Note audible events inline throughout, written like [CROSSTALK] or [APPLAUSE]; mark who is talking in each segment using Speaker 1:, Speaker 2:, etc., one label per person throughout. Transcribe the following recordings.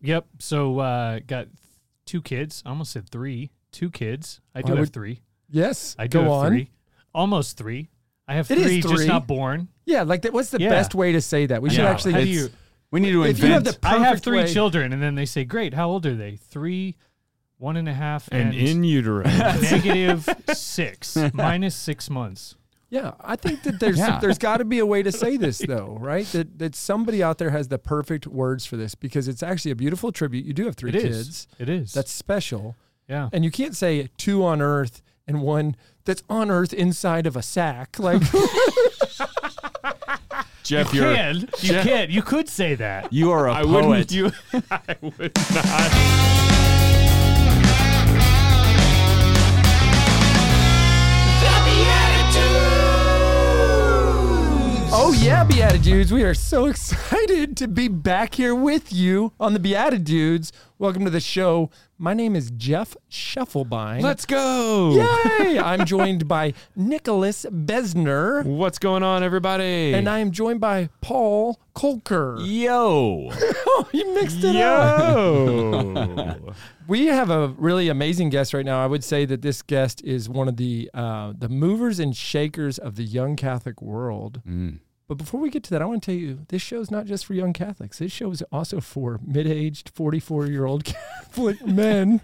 Speaker 1: Yep. So uh, got th- two kids. I almost said three. Two kids. I
Speaker 2: Why
Speaker 1: do have
Speaker 2: would-
Speaker 1: three.
Speaker 2: Yes.
Speaker 1: I do
Speaker 2: go
Speaker 1: have
Speaker 2: on.
Speaker 1: three. Almost three. I have
Speaker 2: It is
Speaker 1: three, just
Speaker 2: three.
Speaker 1: not born.
Speaker 2: Yeah, like that, what's the
Speaker 1: Yeah.
Speaker 2: best way to say that? We should
Speaker 1: Yeah.
Speaker 2: actually.
Speaker 1: How do
Speaker 2: it's-
Speaker 1: you?
Speaker 3: We need to
Speaker 2: If you have
Speaker 3: invent.
Speaker 2: the
Speaker 1: I have
Speaker 2: perfect
Speaker 1: three
Speaker 2: way-
Speaker 1: children, and then they say, "Great, how old are they? Three, one and a half, and,
Speaker 4: and
Speaker 3: [LAUGHS]
Speaker 4: in utero.
Speaker 1: [LAUGHS] negative six, minus six months."
Speaker 2: Yeah, I think that there's
Speaker 3: Yeah.
Speaker 2: there's got to be a way to
Speaker 1: [LAUGHS]
Speaker 2: say this though, right? That that somebody out there has the perfect words for this because it's actually a beautiful tribute. You do have three
Speaker 1: It is.
Speaker 2: kids.
Speaker 1: It is.
Speaker 2: That's special.
Speaker 1: yeah.
Speaker 2: And you can't say two on earth and one that's on earth inside of a sack.
Speaker 1: [LAUGHS]
Speaker 2: Like
Speaker 3: Jeff,
Speaker 1: You
Speaker 3: you're
Speaker 1: can. You can. You could say that.
Speaker 3: you are a
Speaker 4: I
Speaker 3: poet.
Speaker 4: wouldn't. You, I would not.
Speaker 2: Oh yeah, Beatitudes. We are so excited to be back here with you on the Beatitudes. Welcome to the show. My name is Jeff Shufflebein.
Speaker 4: [LAUGHS] Let's go.
Speaker 2: Yay! I'm joined by Nicholas Besner.
Speaker 4: What's going on, everybody?
Speaker 2: And I am joined by Paul [LAUGHS] Kolker.
Speaker 3: [LAUGHS] Yo.
Speaker 2: Oh, he mixed it up.
Speaker 4: Yo.
Speaker 2: [LAUGHS] We have a really amazing guest right now. I would say that this guest is one of the uh, the movers and shakers of the young Catholic world. But before we get to that, I want to tell you this show is not just for young Catholics. This show is also for mid-aged, forty-four-year-old [LAUGHS] Catholic men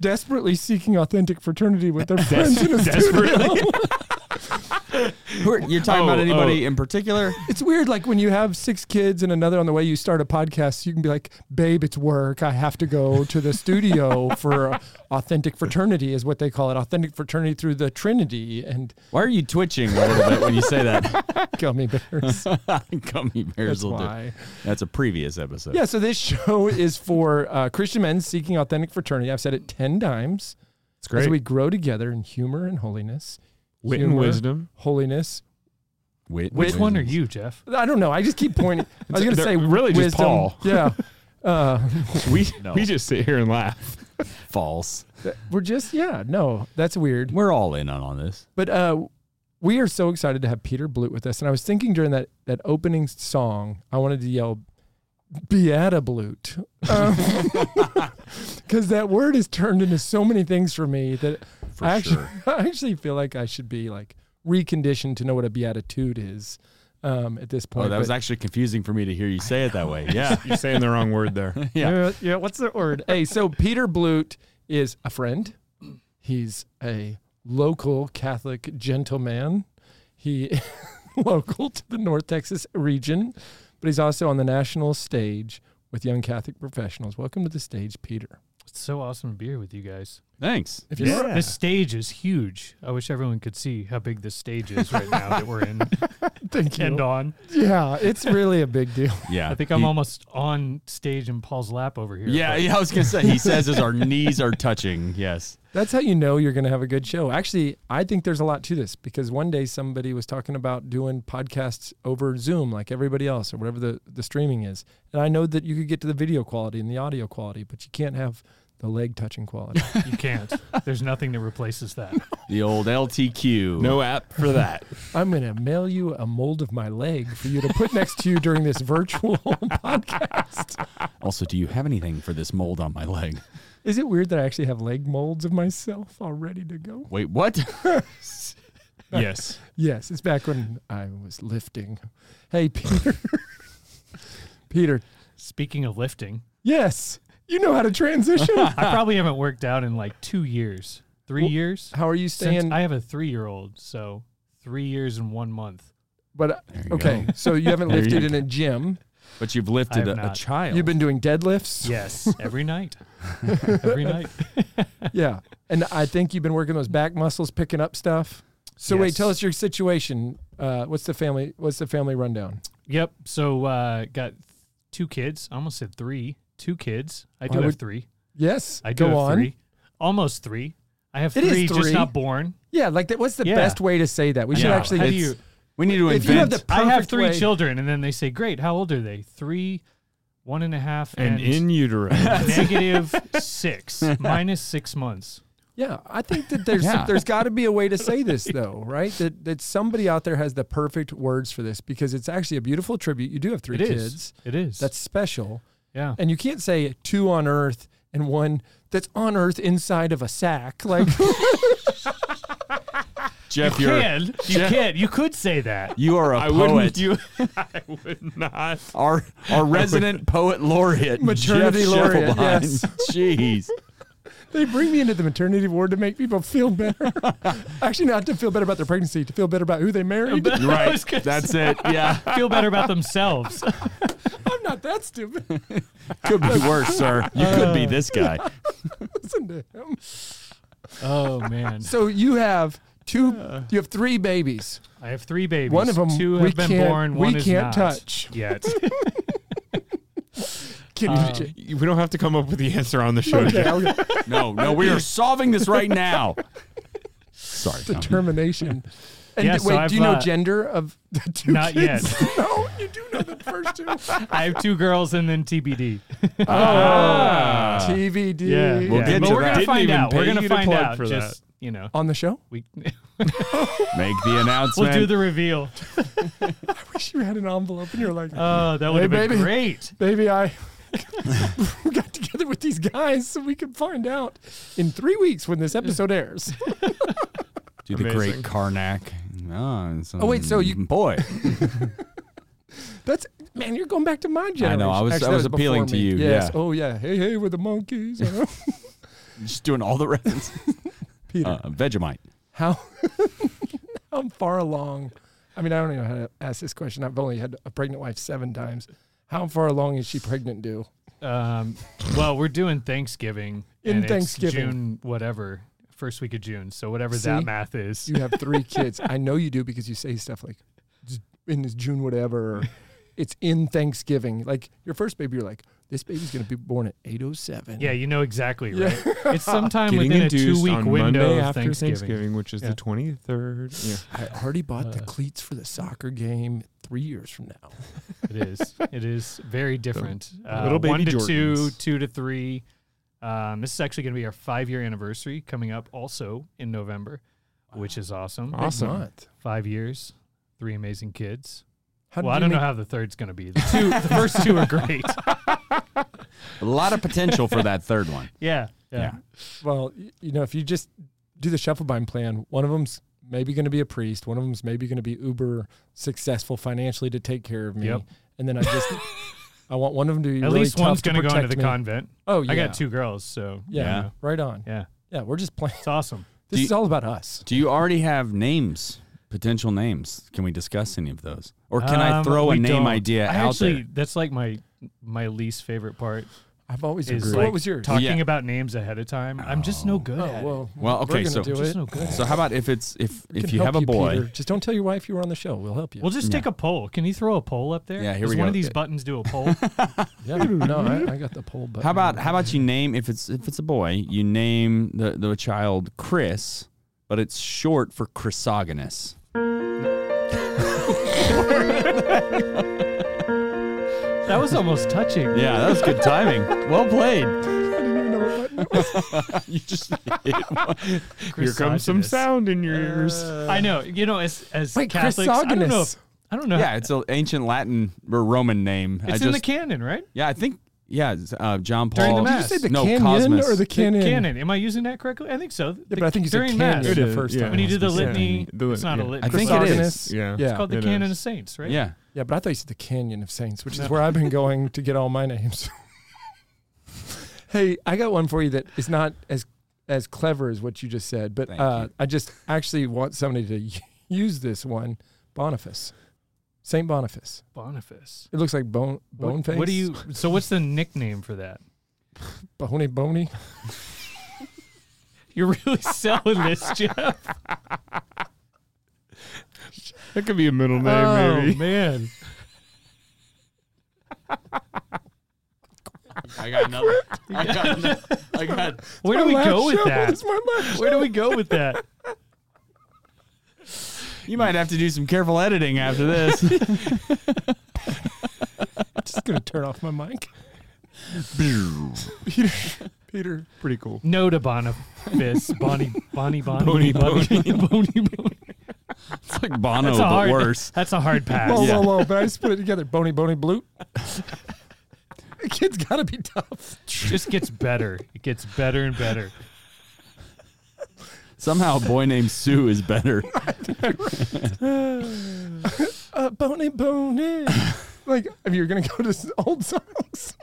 Speaker 2: desperately seeking authentic fraternity with their friends in a studio.
Speaker 3: Who are- you're talking
Speaker 4: Oh,
Speaker 3: about anybody in particular?
Speaker 2: It's weird, like when you have six kids and another on the way, you start a podcast. You can be like, "Babe, it's work. I have to go to the studio for authentic fraternity," is what they call it. Authentic fraternity through the Trinity, and
Speaker 3: Why are you twitching a little bit when you say that? [LAUGHS]
Speaker 2: gummy
Speaker 4: [LAUGHS]
Speaker 2: bears.
Speaker 3: Gummy bears
Speaker 2: That's
Speaker 3: will do.
Speaker 2: why.
Speaker 3: That's a previous episode.
Speaker 2: Yeah. So this show is for uh, Christian men seeking authentic fraternity. I've said it ten times.
Speaker 4: It's
Speaker 2: As
Speaker 4: great.
Speaker 2: we grow together in humor and holiness,
Speaker 4: Wit and
Speaker 2: humor,
Speaker 4: wisdom.
Speaker 2: holiness.
Speaker 3: Wait,
Speaker 1: Which
Speaker 3: wait.
Speaker 1: one are
Speaker 3: [LAUGHS]
Speaker 1: you, Jeff?
Speaker 2: I don't know. I just keep pointing. I was going to
Speaker 4: They're
Speaker 2: say
Speaker 4: really just
Speaker 2: wisdom.
Speaker 4: Paul.
Speaker 2: Yeah. Uh,
Speaker 4: We
Speaker 3: No.
Speaker 4: we just sit here and laugh.
Speaker 3: False.
Speaker 2: we're just yeah. No, that's weird.
Speaker 3: We're all in on, on this.
Speaker 2: But uh, we are so excited to have Peter Blute with us. And I was thinking during that that opening song, I wanted to yell Beata Blute. [LAUGHS] Because that word has turned into so many things for me that
Speaker 3: For
Speaker 2: I, actually,
Speaker 3: sure.
Speaker 2: [LAUGHS] I actually feel like I should be like reconditioned to know what a beatitude is um, at this point.
Speaker 3: Oh, that was
Speaker 2: But-
Speaker 3: actually confusing for me to hear you say it that way. Yeah.
Speaker 4: You're saying the wrong word there.
Speaker 3: [LAUGHS] yeah.
Speaker 2: yeah. yeah, what's the word? hey, so Peter Blute is a friend. He's a local Catholic gentleman. He [LAUGHS] local to the North Texas region, but he's also on the national stage with young Catholic professionals. Welcome to the stage, Peter.
Speaker 1: It's so awesome to be here with you guys.
Speaker 3: Thanks.
Speaker 2: If
Speaker 1: This,
Speaker 2: you
Speaker 1: this stage is huge. I wish everyone could see how big this stage is right now that we're in
Speaker 2: thank
Speaker 1: and on.
Speaker 2: Yeah, it's really a big deal.
Speaker 3: Yeah.
Speaker 1: I think
Speaker 4: Uh,
Speaker 1: I'm
Speaker 3: He-
Speaker 1: almost on stage in Paul's lap over here.
Speaker 3: Yeah,
Speaker 1: but
Speaker 3: yeah, I was gonna say he says as our knees are touching. Yes.
Speaker 2: That's how you know you're going to have a good show. Actually, I think there's a lot to this because one day somebody was talking about doing podcasts over Zoom like everybody else or whatever the, the streaming is. And I know that you could get to the video quality and the audio quality, but you can't have the leg touching quality.
Speaker 4: [LAUGHS]
Speaker 1: You can't. There's nothing that replaces that.
Speaker 3: The old LTQ.
Speaker 4: No app for that.
Speaker 2: I'm going to mail you a mold of my leg for you to put next to you during this virtual [LAUGHS] podcast.
Speaker 3: [LAUGHS] Also, do you have anything for this mold on my leg?
Speaker 2: Is it weird that I actually have leg molds of myself all ready to go?
Speaker 3: Wait, what?
Speaker 4: [LAUGHS]
Speaker 3: [LAUGHS]
Speaker 4: yes.
Speaker 2: Yes, it's back when I was lifting. Hey, Peter. [LAUGHS] Peter,
Speaker 1: Speaking of lifting,
Speaker 2: Yes. You know how
Speaker 1: [LAUGHS]
Speaker 2: to transition.
Speaker 1: I probably haven't worked out in like two years, three
Speaker 2: Well,
Speaker 1: years.
Speaker 2: how are you
Speaker 1: Since
Speaker 2: staying?
Speaker 1: I have a three year old, so three years and one month.
Speaker 2: but uh,
Speaker 3: There you
Speaker 2: okay,
Speaker 3: go.
Speaker 2: so you haven't
Speaker 3: There you
Speaker 2: lifted
Speaker 3: go.
Speaker 2: in a gym.
Speaker 3: But you've lifted
Speaker 1: I have
Speaker 3: a, a
Speaker 1: not.
Speaker 3: child.
Speaker 2: You've been doing deadlifts.
Speaker 1: Yes, every
Speaker 4: [LAUGHS]
Speaker 1: night. Every night.
Speaker 2: Yeah. And I think you've been working those back muscles, picking up stuff. So wait,
Speaker 1: Yes.
Speaker 2: tell us your situation. Uh, what's the family? What's the family rundown?
Speaker 1: Yep. So uh, got two kids. I almost said three. Two kids. I do
Speaker 2: Why
Speaker 1: have
Speaker 2: would-
Speaker 1: three.
Speaker 2: Yes.
Speaker 1: I do
Speaker 2: go
Speaker 1: have
Speaker 2: on.
Speaker 1: three. Almost three. I have
Speaker 2: It is
Speaker 1: three,
Speaker 2: three.
Speaker 1: just not born.
Speaker 2: Yeah, like that. What's the
Speaker 1: Yeah.
Speaker 2: best way to say that? We should
Speaker 3: Yeah.
Speaker 2: actually.
Speaker 1: How do
Speaker 3: it's-
Speaker 1: you?
Speaker 3: we need to
Speaker 2: If you have
Speaker 3: invent.
Speaker 2: the perfect
Speaker 1: I have three
Speaker 2: way-
Speaker 1: children, and then they say, "Great, how old are they? Three, one and a half, and,
Speaker 4: And in [LAUGHS] utero. [LAUGHS]
Speaker 1: negative
Speaker 2: [LAUGHS]
Speaker 1: six, minus six months."
Speaker 2: Yeah, I think that there's
Speaker 3: Yeah.
Speaker 2: there's got to be a way
Speaker 1: [LAUGHS]
Speaker 2: to say this though, right? That that somebody out there has the perfect words for this because it's actually a beautiful tribute. You do have three
Speaker 1: It is.
Speaker 2: kids.
Speaker 1: It is.
Speaker 2: That's special.
Speaker 1: Yeah.
Speaker 2: And you can't say two on earth and one that's on earth inside of a sack. Like, [LAUGHS]
Speaker 3: Jeff,
Speaker 1: You
Speaker 3: you're
Speaker 1: can. You can. You could say that.
Speaker 3: you are a
Speaker 4: I
Speaker 3: poet.
Speaker 4: wouldn't do. [LAUGHS] I would not.
Speaker 3: our our resident poet laureate,
Speaker 2: Maternity
Speaker 3: Jeff
Speaker 2: laureate,
Speaker 3: Schiffelbein.
Speaker 2: yes.
Speaker 3: [LAUGHS] Jeez,
Speaker 2: they bring me into the maternity ward to make people feel better. [LAUGHS] Actually, not to feel better about their pregnancy, to feel better about who they married.
Speaker 1: I was
Speaker 4: Right.
Speaker 1: gonna
Speaker 4: That's it.
Speaker 3: yeah,
Speaker 1: Feel better about
Speaker 2: [LAUGHS]
Speaker 1: themselves.
Speaker 2: [LAUGHS] I'm not that stupid. [LAUGHS]
Speaker 3: could be worse, sir. You could be this
Speaker 4: Uh,
Speaker 3: guy.
Speaker 2: Listen to him.
Speaker 1: Oh man.
Speaker 2: So you have two, you have three babies.
Speaker 1: I have three babies.
Speaker 2: One of them
Speaker 1: two
Speaker 2: we
Speaker 1: have been
Speaker 2: can't-
Speaker 1: born.
Speaker 2: we
Speaker 1: One is
Speaker 2: can't
Speaker 1: not
Speaker 2: touch.
Speaker 1: yet. [LAUGHS]
Speaker 2: Can you?
Speaker 1: Um,
Speaker 4: [LAUGHS] We don't have to come up with the answer on the show.
Speaker 2: okay,
Speaker 4: Jeff.
Speaker 1: [LAUGHS]
Speaker 2: I'll get
Speaker 3: No, no, we are solving this right
Speaker 4: [LAUGHS]
Speaker 3: now. Sorry, Tom.
Speaker 2: determination. And
Speaker 1: Yeah,
Speaker 2: d-
Speaker 1: so
Speaker 2: wait,
Speaker 1: I've,
Speaker 2: do you know
Speaker 1: uh,
Speaker 2: gender of the two
Speaker 1: not Uh,
Speaker 2: kids? [LAUGHS] no, you do know the
Speaker 1: [LAUGHS]
Speaker 2: first two.
Speaker 1: I have two girls and then
Speaker 2: [LAUGHS]
Speaker 1: TBD.
Speaker 4: Ah.
Speaker 2: Oh. TVD.
Speaker 1: Yeah,
Speaker 3: We'll get
Speaker 1: but
Speaker 3: to
Speaker 1: we're
Speaker 3: that.
Speaker 1: gonna
Speaker 4: Didn't
Speaker 1: find
Speaker 4: even
Speaker 1: out. We're
Speaker 4: pay
Speaker 1: gonna
Speaker 4: you to
Speaker 1: find
Speaker 4: plug
Speaker 1: out.
Speaker 4: for
Speaker 1: Just you know,
Speaker 2: On the show? [LAUGHS]
Speaker 1: we
Speaker 3: Make the announcement.
Speaker 1: we'll do the reveal.
Speaker 2: I [LAUGHS] wish you had an envelope and you're like,
Speaker 1: Oh, that would have been
Speaker 2: baby.
Speaker 1: great.
Speaker 2: baby, I [LAUGHS] got together with these guys so we could find out in three weeks when this episode
Speaker 3: [LAUGHS]
Speaker 2: airs.
Speaker 3: Do the
Speaker 4: Amazing.
Speaker 3: great Karnak. Oh, it's,
Speaker 2: Oh, wait, so you-
Speaker 3: um, boy.
Speaker 2: That's man, you're going back to my generation.
Speaker 3: I know, I was-
Speaker 2: Actually,
Speaker 3: I
Speaker 2: that
Speaker 3: was
Speaker 2: before
Speaker 3: appealing to
Speaker 2: me.
Speaker 3: you,
Speaker 2: Yes.
Speaker 3: yeah.
Speaker 2: Oh yeah. Hey, hey, we're the
Speaker 3: [LAUGHS]
Speaker 2: monkeys. I know.
Speaker 3: [LAUGHS] just doing all the references.
Speaker 2: Peter,
Speaker 3: Uh, Vegemite.
Speaker 2: how [LAUGHS] how far along? I mean, I don't even know how to ask this question. I've only had a pregnant wife seven times. How far along is she pregnant? Do
Speaker 1: Um, well, we're doing Thanksgiving
Speaker 2: In
Speaker 1: and it's
Speaker 2: Thanksgiving.
Speaker 1: June whatever first week of June. So whatever
Speaker 2: See?
Speaker 1: that math is.
Speaker 2: you have three kids? I know you do because you say stuff like "Z- in this June whatever. Or, it's in Thanksgiving. Like your first baby, you're like this baby's gonna be born at eight oh
Speaker 1: [LAUGHS]
Speaker 2: seven.
Speaker 1: Yeah, you know exactly
Speaker 2: Yeah.
Speaker 1: right. [LAUGHS] It's sometime
Speaker 4: Getting
Speaker 1: within a
Speaker 4: induced
Speaker 1: two-week
Speaker 4: on
Speaker 1: window
Speaker 4: Monday
Speaker 1: of
Speaker 4: after
Speaker 1: Thanksgiving.
Speaker 4: Thanksgiving, which is
Speaker 1: Yeah.
Speaker 4: the twenty third. Yeah.
Speaker 2: I already bought the
Speaker 1: Uh.
Speaker 2: cleats for the soccer game three years from now.
Speaker 1: It is. It is very different. Uh,
Speaker 4: little baby
Speaker 1: one to two,
Speaker 4: Jordans.
Speaker 1: two to three. Um, this is actually going to be our five-year anniversary coming up also in November, which is awesome.
Speaker 4: Wow. Awesome.
Speaker 2: Big month.
Speaker 1: Five years, three amazing kids.
Speaker 2: How
Speaker 1: well,
Speaker 2: did
Speaker 1: I
Speaker 2: you
Speaker 1: don't know
Speaker 2: make-
Speaker 1: how the third's going to be. The two, the first two are
Speaker 2: [LAUGHS]
Speaker 1: great.
Speaker 3: A lot of potential for that third one.
Speaker 1: Yeah, yeah.
Speaker 3: Yeah.
Speaker 2: Well, y- you know, if you just do the Shufflebine plan, one of them's maybe going to be a priest, one of them's maybe going to be uber successful financially to take care of me,
Speaker 1: Yep.
Speaker 2: and then
Speaker 1: [LAUGHS]
Speaker 2: I just I want one of them to be
Speaker 1: At
Speaker 2: really
Speaker 1: least
Speaker 2: tough
Speaker 1: one's
Speaker 2: to
Speaker 1: going to go into
Speaker 2: protect
Speaker 1: the
Speaker 2: me.
Speaker 1: convent.
Speaker 2: Oh yeah,
Speaker 1: I got two girls, so
Speaker 2: Yeah,
Speaker 3: Yeah.
Speaker 2: right on.
Speaker 1: yeah,
Speaker 2: Yeah, we're just playing. [LAUGHS]
Speaker 1: it's awesome.
Speaker 2: This
Speaker 3: you-
Speaker 2: is all about us.
Speaker 3: Do you already have names? Potential names? Can we discuss any of those? Or can I
Speaker 1: Um,
Speaker 3: throw a
Speaker 1: we
Speaker 3: name
Speaker 1: don't.
Speaker 3: idea
Speaker 1: I
Speaker 3: out
Speaker 1: actually,
Speaker 3: there?
Speaker 1: That's like my my least favorite part
Speaker 2: I've always
Speaker 1: is
Speaker 2: agreed.
Speaker 1: like
Speaker 2: what was yours?
Speaker 1: talking
Speaker 3: Yeah.
Speaker 1: about names ahead of time. I'm just no good
Speaker 2: oh
Speaker 1: at it.
Speaker 2: well,
Speaker 3: Well, okay,
Speaker 2: we're gonna
Speaker 3: so-
Speaker 2: do
Speaker 1: Just
Speaker 2: it.
Speaker 1: no good.
Speaker 3: So how about if it's if
Speaker 2: We
Speaker 3: if
Speaker 2: can
Speaker 3: you
Speaker 2: help
Speaker 3: have a boy?
Speaker 2: Peter. just don't tell your wife you were on the show. We'll help you.
Speaker 1: We'll just take a poll. Can you throw a poll up there?
Speaker 3: Yeah, here
Speaker 1: Does
Speaker 3: we
Speaker 1: one
Speaker 3: go.
Speaker 1: of these buttons do a
Speaker 3: [LAUGHS]
Speaker 1: poll?
Speaker 2: yeah, no, [LAUGHS] I, I got the poll. But
Speaker 3: How about
Speaker 2: [LAUGHS]
Speaker 3: how about you name if it's if it's a boy, you name the, the child Chris, but it's short for chrysogonous.
Speaker 1: that was almost touching.
Speaker 3: Yeah, that was good timing. well [LAUGHS] played.
Speaker 2: I didn't even know what button it was.
Speaker 3: You just
Speaker 4: Here comes some
Speaker 1: Chrysogonous.
Speaker 4: sound in your
Speaker 1: Uh,
Speaker 4: ears.
Speaker 1: I know. You know, as as
Speaker 2: Wait,
Speaker 1: Catholics, I don't know.
Speaker 2: chrysogonous.
Speaker 1: If, I don't know.
Speaker 3: yeah, it's an ancient Latin or Roman name. I
Speaker 1: it's
Speaker 3: just,
Speaker 1: in the canon, right?
Speaker 3: yeah, I think yeah, it's, uh, John
Speaker 1: During the
Speaker 3: Paul.
Speaker 1: Mass.
Speaker 2: Did you say the
Speaker 3: No,
Speaker 2: canyon
Speaker 3: Cosmos.
Speaker 2: or the
Speaker 3: The
Speaker 2: canon?
Speaker 1: The canon. Am I using that correctly? I think so.
Speaker 2: Yeah, but I think you said
Speaker 1: during
Speaker 2: canon
Speaker 1: mass.
Speaker 2: the
Speaker 4: is,
Speaker 2: first
Speaker 4: yeah.
Speaker 2: time.
Speaker 1: When you do the litany,
Speaker 4: The lit-
Speaker 1: it's not a
Speaker 4: yeah.
Speaker 1: litany.
Speaker 3: I think it is.
Speaker 4: Yeah.
Speaker 2: Yeah.
Speaker 4: Yeah.
Speaker 1: It's called the
Speaker 4: It
Speaker 1: canon
Speaker 4: is.
Speaker 1: of saints, right?
Speaker 3: Yeah.
Speaker 2: Yeah, but I thought you said the Canyon of Saints, which is where I've been going to get all my names. [LAUGHS] hey, I got one for you that is not as as clever as what you just said, but
Speaker 3: Thank
Speaker 2: uh,
Speaker 3: you.
Speaker 2: I just actually want somebody to [LAUGHS] use this one, Boniface, Saint Boniface.
Speaker 1: Boniface.
Speaker 2: It looks like bone
Speaker 1: What-
Speaker 2: bone face.
Speaker 1: What do you? So what's the nickname for that?
Speaker 2: bony bony?
Speaker 1: You're really [LAUGHS] selling this, Jeff.
Speaker 4: That could be a middle name, maybe.
Speaker 1: Oh, [LAUGHS] man.
Speaker 3: I got another. I got another. I got
Speaker 2: [LAUGHS]
Speaker 1: Where do we
Speaker 2: My last
Speaker 1: go with
Speaker 2: show.
Speaker 1: that?
Speaker 2: It's my last
Speaker 1: Where do we go with [LAUGHS] that?
Speaker 3: You might have to do some careful editing after this.
Speaker 2: I'm [LAUGHS] just gonna turn off
Speaker 1: [LAUGHS]
Speaker 2: my mic. [LAUGHS] Peter,
Speaker 4: Pretty cool.
Speaker 1: No to Boniface. Bonnie, Bonnie, Bonnie,
Speaker 4: Boney,
Speaker 1: Bonnie, Bonnie, Bonnie.
Speaker 3: it's like Bono,
Speaker 1: That's a
Speaker 3: but
Speaker 1: hard-
Speaker 3: worse.
Speaker 1: That's a hard pass.
Speaker 2: whoa,
Speaker 3: Yeah.
Speaker 2: whoa, whoa! But I just put it together. Bony bony bloop. kid's got to be tough.
Speaker 1: just gets better. It gets better and better.
Speaker 3: Somehow, a boy named Sue is better.
Speaker 2: Uh, bony, bony. [LAUGHS] like, if you're going to go to s- old songs.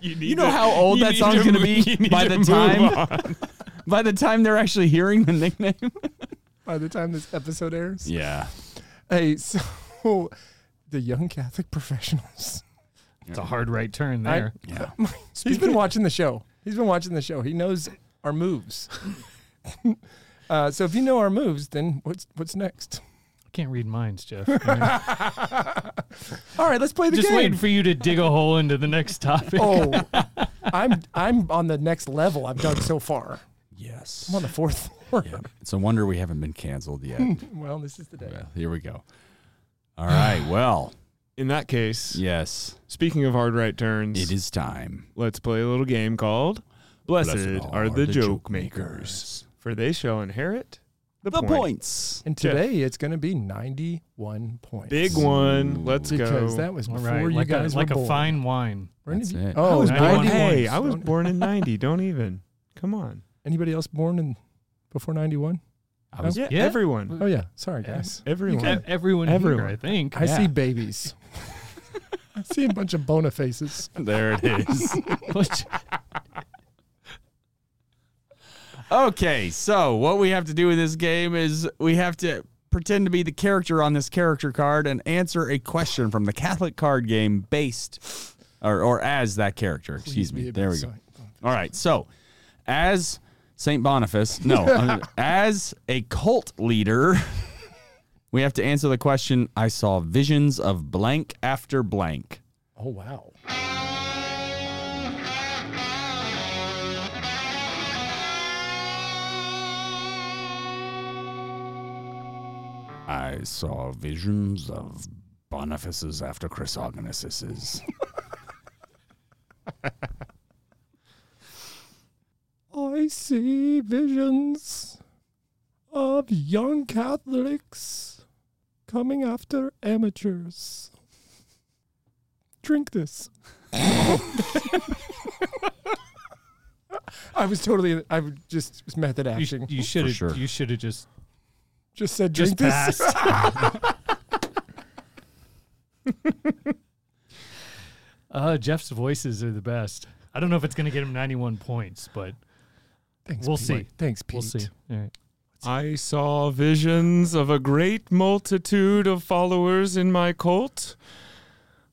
Speaker 3: You know how old
Speaker 4: you
Speaker 3: that
Speaker 4: need
Speaker 3: song's
Speaker 4: to
Speaker 3: going to
Speaker 4: move-
Speaker 3: be
Speaker 4: you need
Speaker 3: by
Speaker 4: to
Speaker 3: the
Speaker 4: move
Speaker 3: time [LAUGHS] by the time they're actually hearing the nickname.
Speaker 2: by the time this episode airs.
Speaker 3: Yeah,
Speaker 2: Hey, so the young Catholic professionals.
Speaker 1: It's a hard right turn
Speaker 2: I-
Speaker 1: there.
Speaker 3: yeah.
Speaker 2: He's been watching the show. He's been watching the show. He knows our moves. uh, so if you know our moves, then what's what's next?
Speaker 1: I can't read minds, [LAUGHS] Jeff.
Speaker 2: All right, let's play the
Speaker 1: just
Speaker 2: game.
Speaker 1: waiting for you to dig a hole into the next topic.
Speaker 2: oh, I'm I'm on the next level. I've dug so far.
Speaker 3: Yes.
Speaker 2: I'm on the fourth [LAUGHS] floor.
Speaker 3: Yeah. It's a wonder we haven't been canceled yet.
Speaker 2: Well, this is the day.
Speaker 3: Well, here we go. All right. Well,
Speaker 4: In that case,
Speaker 3: yes,
Speaker 4: speaking of hard right turns,
Speaker 3: it is time.
Speaker 4: let's play a little game called Blessed, Are the, joke, makers, for they shall inherit the,
Speaker 3: The
Speaker 4: point.
Speaker 3: points.
Speaker 2: And
Speaker 4: Jeff.
Speaker 2: today it's going to be 91 points.
Speaker 4: Big one.
Speaker 3: Ooh.
Speaker 4: Let's
Speaker 2: because
Speaker 4: go.
Speaker 2: that was
Speaker 1: All
Speaker 2: before
Speaker 1: right,
Speaker 2: you
Speaker 1: like, a,
Speaker 2: guys
Speaker 1: like
Speaker 2: were
Speaker 1: a
Speaker 2: born.
Speaker 1: fine wine.
Speaker 2: Were any of
Speaker 3: That's
Speaker 2: you-
Speaker 3: it.
Speaker 2: Oh,
Speaker 1: I was
Speaker 2: anybody-
Speaker 1: born-
Speaker 4: hey,
Speaker 2: points.
Speaker 4: I was born in 90. Don't even. Come on.
Speaker 2: Anybody else born in before 91?
Speaker 3: I was,
Speaker 1: Yeah.
Speaker 4: Everyone.
Speaker 2: Oh yeah, sorry guys.
Speaker 4: Everyone.
Speaker 1: E- Everyone,
Speaker 4: Everyone.
Speaker 1: here, I think. [LAUGHS]
Speaker 2: I see
Speaker 3: Yeah.
Speaker 2: babies. [LAUGHS] I see a bunch of bona faces.
Speaker 3: There it [LAUGHS] is. okay, so what we have to do in this game is we have to pretend to be the character on this character card and answer a question from the Catholic card game based or, or as that character.
Speaker 2: Please
Speaker 3: Excuse
Speaker 2: be
Speaker 3: me.
Speaker 2: a
Speaker 3: There we
Speaker 2: bit
Speaker 3: go.
Speaker 2: silent.
Speaker 3: All right, so as St.
Speaker 2: [LAUGHS]
Speaker 3: Boniface, no, as a cult leader, [LAUGHS] we have to answer the question I saw visions of blank after blank.
Speaker 2: Oh wow.
Speaker 3: I saw visions of Bonifaces after [LAUGHS] Chrysogonuses.
Speaker 2: I see visions of young Catholics coming after amateurs. Drink this. I was totally. I was just was method
Speaker 1: You,
Speaker 2: acting.
Speaker 1: you should have.
Speaker 3: sure.
Speaker 1: You should have just
Speaker 2: just said
Speaker 1: just
Speaker 2: drink this.
Speaker 1: passed. uh, Jeff's voices are the best. I don't know if it's going to get him 91 points, but
Speaker 2: [LAUGHS] Thanks,
Speaker 1: We'll
Speaker 2: Pete.
Speaker 1: see.
Speaker 2: Thanks, Pete.
Speaker 1: we'll see. All right.
Speaker 4: I saw visions of a great multitude of followers in my cult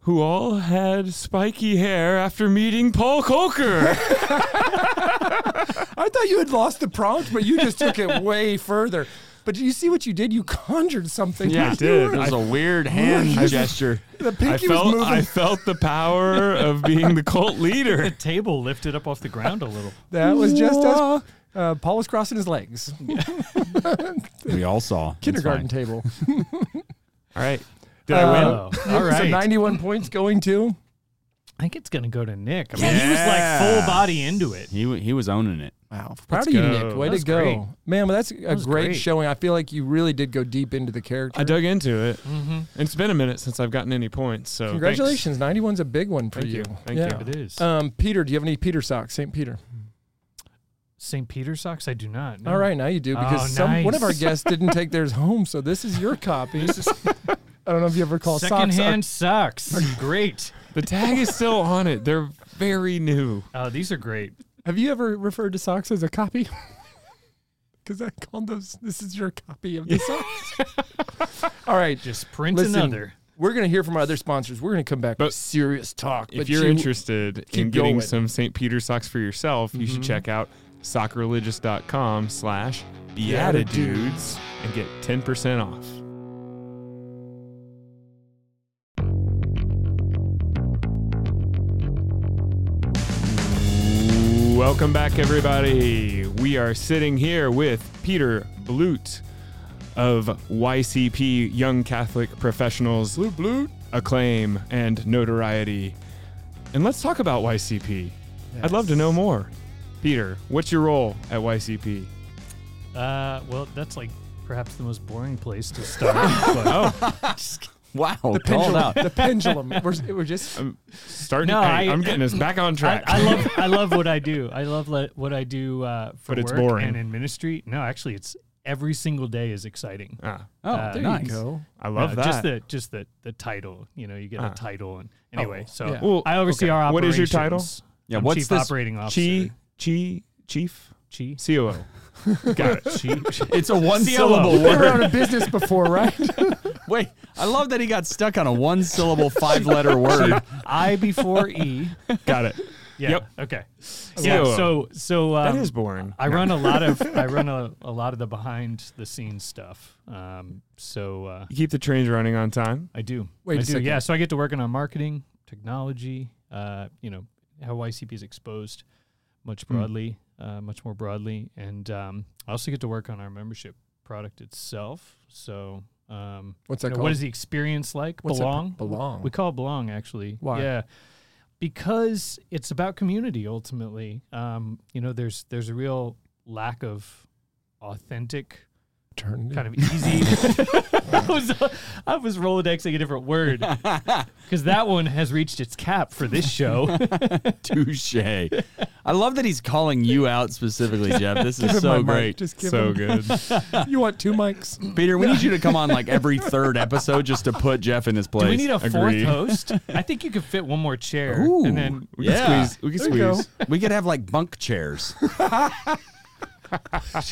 Speaker 4: who all had spiky hair after meeting Paul Coker.
Speaker 2: I thought you had lost the prompt, but you just took it way further. But you see what you did? You conjured something.
Speaker 4: Yeah, I
Speaker 2: You
Speaker 4: did.
Speaker 2: were-
Speaker 3: It was a [LAUGHS] weird hand gesture.
Speaker 2: the
Speaker 4: I
Speaker 2: pinky was
Speaker 4: felt
Speaker 2: moving.
Speaker 4: I felt the power of being the cult
Speaker 1: The
Speaker 4: leader.
Speaker 1: table lifted up off the ground a little.
Speaker 2: that was just us. Uh, Paul was crossing his legs.
Speaker 3: We all saw. It's
Speaker 2: Kindergarten
Speaker 3: fine.
Speaker 2: table.
Speaker 4: All right. Did
Speaker 2: Uh,
Speaker 4: I win?
Speaker 1: Oh, all
Speaker 2: So
Speaker 1: right.
Speaker 2: 91 points going to.
Speaker 1: I think it's going to go to Nick. I mean, he was like
Speaker 3: Yeah.
Speaker 1: full body into it.
Speaker 3: He w- he was owning it.
Speaker 2: Wow. Proud
Speaker 4: Let's
Speaker 2: of you,
Speaker 4: go.
Speaker 2: Nick. Way
Speaker 1: That
Speaker 2: to
Speaker 1: was
Speaker 2: go.
Speaker 1: great.
Speaker 2: Man, well, that's a
Speaker 1: was
Speaker 2: great,
Speaker 1: great.
Speaker 2: showing. I feel like you really did go deep into the character.
Speaker 4: I dug Oh, into it.
Speaker 1: Mm-hmm.
Speaker 4: It's been a minute since I've gotten any points. So thanks.
Speaker 2: Congratulations. 91's a big one for
Speaker 4: Thank you. Thank
Speaker 2: yeah.
Speaker 1: It is.
Speaker 2: Um, Peter, do you have any Peter socks? St. Peter.
Speaker 1: St. Peter socks? I do not. no.
Speaker 2: All right, now you do because
Speaker 1: Oh,
Speaker 2: some, one of our
Speaker 1: nice.
Speaker 2: guests didn't take theirs home, so this is your copy. [LAUGHS] I don't know if you ever call socks. our-
Speaker 1: Secondhand socks. [LAUGHS] great.
Speaker 4: The tag is still on it. They're very new.
Speaker 1: Oh, these are great.
Speaker 2: Have you ever referred to socks as a copy? [LAUGHS] Because I called those. This is your copy of the socks. All right,
Speaker 1: Just print
Speaker 2: Listen,
Speaker 1: another.
Speaker 2: we're gonna hear from our other sponsors. We're gonna come back
Speaker 4: But
Speaker 2: with serious talk.
Speaker 4: If
Speaker 2: but
Speaker 4: you're
Speaker 2: you-
Speaker 4: interested in
Speaker 2: keep
Speaker 4: getting
Speaker 2: going.
Speaker 4: some St. Peter socks for yourself, you should check out soccerreligious.com slash beatitudes and get 10% off. Welcome back, everybody. We are sitting here with Peter Blute of YCP Young Catholic Professionals. Blute, Blute. Acclaim and notoriety. And let's talk about YCP. I'd love to know more. Peter, what's your role at YCP?
Speaker 1: [LAUGHS] Uh, well, that's like perhaps the most boring place to start. but,
Speaker 3: Wow, called
Speaker 2: [LAUGHS] pendulum.
Speaker 3: out.
Speaker 2: The pendulum. We're, we're just
Speaker 4: I'm starting.
Speaker 1: No,
Speaker 4: hey,
Speaker 1: I-
Speaker 4: I'm getting us back on
Speaker 1: I,
Speaker 4: track.
Speaker 1: I love I love what I do. I love le- what I do uh, for
Speaker 4: But it's
Speaker 1: work
Speaker 4: boring.
Speaker 1: and in ministry. No, actually, it's every single day is exciting.
Speaker 4: [LAUGHS] Ah,
Speaker 3: Oh,
Speaker 1: Uh,
Speaker 2: there
Speaker 3: nice.
Speaker 2: you go.
Speaker 4: I love
Speaker 1: Uh,
Speaker 4: that.
Speaker 1: Just the just the the title. You know, you get
Speaker 4: Ah.
Speaker 1: a title and anyway. so
Speaker 2: yeah.
Speaker 4: Well,
Speaker 1: I oversee
Speaker 4: okay.
Speaker 1: our
Speaker 4: What is
Speaker 1: operations.
Speaker 4: your title?
Speaker 3: Yeah,
Speaker 1: I'm
Speaker 3: what's
Speaker 1: chief
Speaker 3: this?
Speaker 1: operating officer?
Speaker 4: Chi, chi, chief,
Speaker 1: Chi.
Speaker 4: COO. Got it.
Speaker 3: It's [LAUGHS] a one
Speaker 1: CLO.
Speaker 3: syllable
Speaker 2: We were
Speaker 3: word.
Speaker 2: out of business before, right?
Speaker 3: [LAUGHS] Wait, I love that he got stuck on a one syllable five [LAUGHS] letter word.
Speaker 1: [LAUGHS] I before E.
Speaker 4: [LAUGHS] Got it.
Speaker 1: Yeah.
Speaker 4: Yep.
Speaker 1: Okay. Yeah.
Speaker 4: COO.
Speaker 1: So so um,
Speaker 4: That is boring.
Speaker 1: I run a lot of I run
Speaker 4: [LAUGHS]
Speaker 1: a, a lot of the behind the scenes stuff. Um, so uh,
Speaker 4: You keep the trains running on time.
Speaker 1: I do.
Speaker 2: Wait
Speaker 1: I
Speaker 2: a
Speaker 1: do.
Speaker 2: second.
Speaker 1: Yeah. So I get to working on marketing, technology. Uh, you know how YCP is exposed much
Speaker 2: Hmm.
Speaker 1: broadly, uh, much more broadly, and um, I also get to work on our membership product itself. So um,
Speaker 2: What's
Speaker 1: you
Speaker 2: that
Speaker 1: know,
Speaker 2: called?
Speaker 1: what is the experience like?
Speaker 2: What's that-
Speaker 1: belong.
Speaker 2: Belong.
Speaker 1: We call it belong actually.
Speaker 2: Why?
Speaker 1: Yeah. Because it's about community ultimately. Um, you know, there's there's a real lack of authentic
Speaker 2: Turn
Speaker 1: kind of [LAUGHS] easy I was I was Rolodexing a different [LAUGHS] word. Because that one has reached its cap for this show.
Speaker 3: Touche. I love that he's calling you out specifically, Jeff. This is so great.
Speaker 2: Just give
Speaker 4: So
Speaker 2: him-
Speaker 4: [LAUGHS] good.
Speaker 1: [LAUGHS]
Speaker 2: You want two mics?
Speaker 3: [LAUGHS] Peter, we need you to come on like every third episode just to put Jeff in his place.
Speaker 1: Do we need a fourth
Speaker 4: Agree.
Speaker 1: host? I think you could fit one more chair.
Speaker 3: Ooh.
Speaker 1: And then
Speaker 4: We
Speaker 3: Yeah.
Speaker 4: can squeeze. We can
Speaker 2: There you
Speaker 4: squeeze.
Speaker 3: we could have like bunk chairs.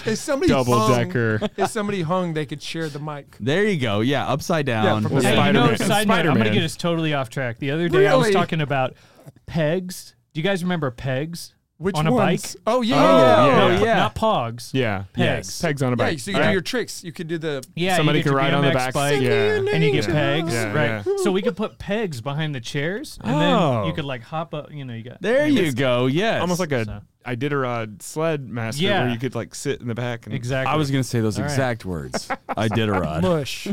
Speaker 2: If somebody
Speaker 4: Double
Speaker 2: hung,
Speaker 4: decker.
Speaker 2: If somebody hung, they could share the mic.
Speaker 3: There you go. Yeah, upside down.
Speaker 2: from
Speaker 4: Well,
Speaker 2: the
Speaker 1: Hey,
Speaker 2: side.
Speaker 1: you know,
Speaker 4: Spider-Man.
Speaker 1: side note, I'm going to
Speaker 4: Spider-Man.
Speaker 1: get us totally off track. The other day I was
Speaker 2: Really?
Speaker 1: talking about pegs. Do you guys remember pegs
Speaker 2: Which
Speaker 1: on a
Speaker 2: ones?
Speaker 1: bike?
Speaker 2: Oh yeah,
Speaker 4: Oh,
Speaker 2: yeah.
Speaker 4: yeah.
Speaker 2: yeah.
Speaker 1: Not, not pogs.
Speaker 4: Yeah.
Speaker 1: Pegs.
Speaker 4: Pegs on
Speaker 2: Yeah,
Speaker 4: a bike.
Speaker 2: so you do your tricks. You could do the
Speaker 1: Yeah,
Speaker 4: Somebody
Speaker 1: you
Speaker 4: could ride on the back.
Speaker 1: bike,
Speaker 4: Yeah.
Speaker 1: and you get
Speaker 2: Yeah.
Speaker 1: pegs,
Speaker 4: Yeah,
Speaker 1: right? So we could put pegs behind the chairs, and
Speaker 4: Oh.
Speaker 1: then you could like hop up. You know, you got
Speaker 3: There you go. Yes.
Speaker 4: Almost like
Speaker 1: So.
Speaker 4: a Iditarod sled master
Speaker 1: Yeah.
Speaker 4: where you could like sit in the back and
Speaker 1: exactly.
Speaker 3: I was going to say those
Speaker 1: All right.
Speaker 3: exact words. I did a rod.
Speaker 2: mush.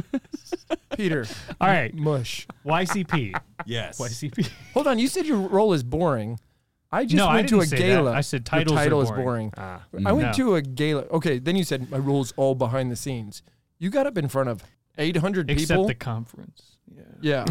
Speaker 2: Peter,
Speaker 1: All right,
Speaker 2: mush.
Speaker 1: YCP,
Speaker 3: Yes.
Speaker 1: YCP.
Speaker 2: Hold on, you said your role is boring. I just
Speaker 1: No, I
Speaker 2: went to
Speaker 1: didn't
Speaker 2: a
Speaker 1: say that.
Speaker 2: gala.
Speaker 1: I said
Speaker 2: Your
Speaker 1: titles are
Speaker 2: title is
Speaker 1: boring.
Speaker 2: boring.
Speaker 4: Ah.
Speaker 2: I went
Speaker 1: No.
Speaker 2: to a gala. Okay, then you said my role's all behind the scenes. You got up in front of 800
Speaker 1: Except
Speaker 2: people.
Speaker 1: the conference. [LAUGHS]
Speaker 2: yeah.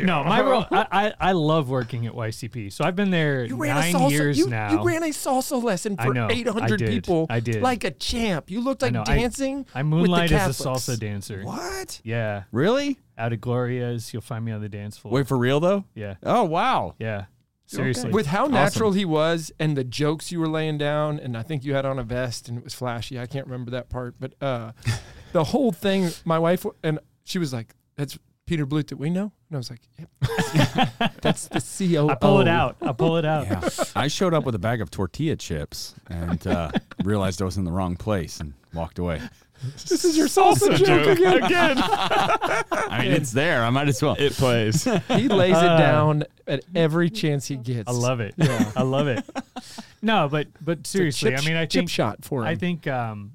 Speaker 1: No, my
Speaker 2: [LAUGHS]
Speaker 1: role. I, I I love working at YCP. So I've been there nine years
Speaker 2: you,
Speaker 1: now.
Speaker 2: You ran a salsa lesson
Speaker 1: I
Speaker 2: for
Speaker 1: know, I
Speaker 2: 800
Speaker 1: did,
Speaker 2: people.
Speaker 1: I did.
Speaker 2: Like a champ. You looked
Speaker 1: I
Speaker 2: like
Speaker 1: know, I-
Speaker 2: dancing.
Speaker 1: I moonlight as a
Speaker 2: Catholics.
Speaker 1: salsa dancer.
Speaker 3: What?
Speaker 1: Yeah,
Speaker 3: Really?
Speaker 1: out of Gloria's, you'll find me on the dance floor.
Speaker 3: Wait for real though?
Speaker 1: Yeah,
Speaker 3: Oh wow.
Speaker 1: yeah. Seriously,
Speaker 2: With how natural he was and the jokes you were laying down, and I think you had on a vest and it was flashy. I can't remember that part, but
Speaker 1: [LAUGHS]
Speaker 2: uh, the whole thing, my wife, w- and she was like, That's Peter Blute that we know? And I was like, Yep.
Speaker 1: [LAUGHS]
Speaker 2: That's the COO.
Speaker 1: I pull it out. I pull it
Speaker 3: [LAUGHS]
Speaker 1: out.
Speaker 3: Yeah. I showed up with a bag of tortilla chips and uh, realized I was in the wrong place and walked away.
Speaker 2: This is your salsa joke
Speaker 1: [LAUGHS]
Speaker 2: again.
Speaker 4: again.
Speaker 3: I mean, it's there. I might as well.
Speaker 1: [LAUGHS]
Speaker 4: It plays.
Speaker 2: He lays it
Speaker 1: Uh,
Speaker 2: down at every chance he gets.
Speaker 1: I love it. I love it. No, but but
Speaker 2: It's a
Speaker 1: seriously,
Speaker 2: chip-
Speaker 1: I mean, I
Speaker 2: chip
Speaker 1: think
Speaker 2: shot for him.
Speaker 1: I think um,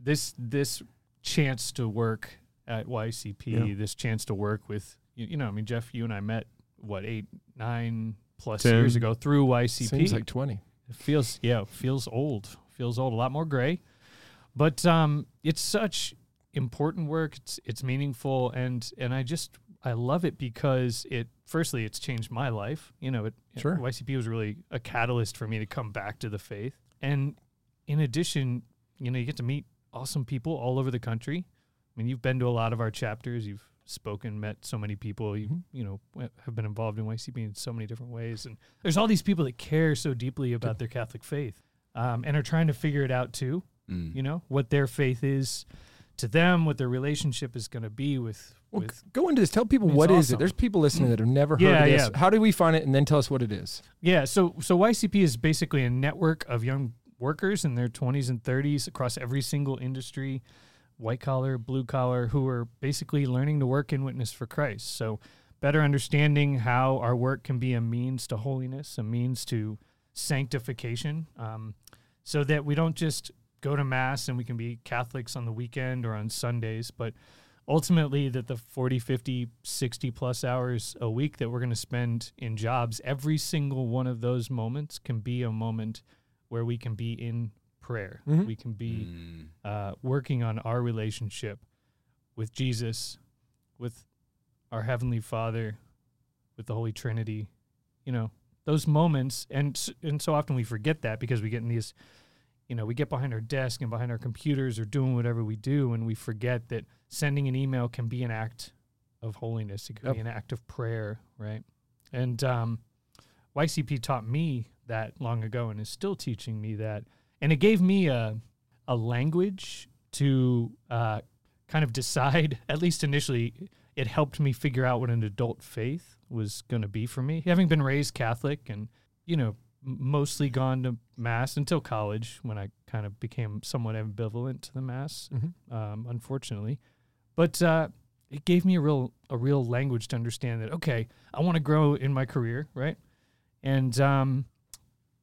Speaker 1: this this chance to work at YCP,
Speaker 4: Yeah.
Speaker 1: this chance to work with you, you know, I mean, Jeff, you and I met what eight, nine plus
Speaker 4: Ten.
Speaker 1: years ago through YCP.
Speaker 2: Seems like 20.
Speaker 1: It feels yeah, it feels old. Feels old, a lot more gray. But um it's such important work. It's it's meaningful and and I just I love it because it firstly it's changed my life. You know, it
Speaker 2: Sure.
Speaker 1: YCP was really a catalyst for me to come back to the faith. And in addition, you know, you get to meet awesome people all over the country. I mean, you've been to a lot of our chapters. You've spoken, met so many people. You you know w- have been involved in YCP in so many different ways, and there's all these people that care so deeply about their Catholic faith, um, and are trying to figure it out too.
Speaker 3: Mm.
Speaker 1: You know what their faith is to them, what their relationship is going to be with
Speaker 2: Well,
Speaker 1: with.
Speaker 2: g- go into this. Tell people
Speaker 1: It's
Speaker 2: what is
Speaker 1: awesome.
Speaker 2: it. There's people listening that have never heard
Speaker 1: Yeah,
Speaker 2: of this.
Speaker 1: yeah.
Speaker 2: How do we find it, and then tell us what it is?
Speaker 1: Yeah, so so YCP is basically a network of young workers in their 20s and 30s across every single industry, white collar, blue collar, who are basically learning to work and witness for Christ. So better understanding how our work can be a means to holiness, a means to sanctification, um, so that we don't just go to mass and we can be Catholics on the weekend or on Sundays, but ultimately that the 40 50 60 plus hours a week that we're going to spend in jobs every single one of those moments can be a moment where
Speaker 3: Mm.
Speaker 1: we can be in prayer we can be uh, working on our relationship with Jesus, with our Heavenly Father, with the Holy Trinity, you know, those moments. And, s- and so often we forget that because we get in these, you know, we get behind our desk and behind our computers or doing whatever we do, and we forget that sending an email can be an act of holiness, it can be
Speaker 2: Yep.
Speaker 1: an act of prayer, right? And um, YCP taught me that long ago and is still teaching me that. And it gave me a, a language to uh, kind of decide, [LAUGHS] at least initially, it helped me figure out what an adult faith was going to be for me. Having been raised Catholic and, you know, m- mostly gone to Mass until college when I kind of became somewhat ambivalent to the Mass,
Speaker 2: Mhm.
Speaker 1: um, unfortunately. But uh, it gave me a real, a real language to understand that, okay, I want to grow in my career, right? And um,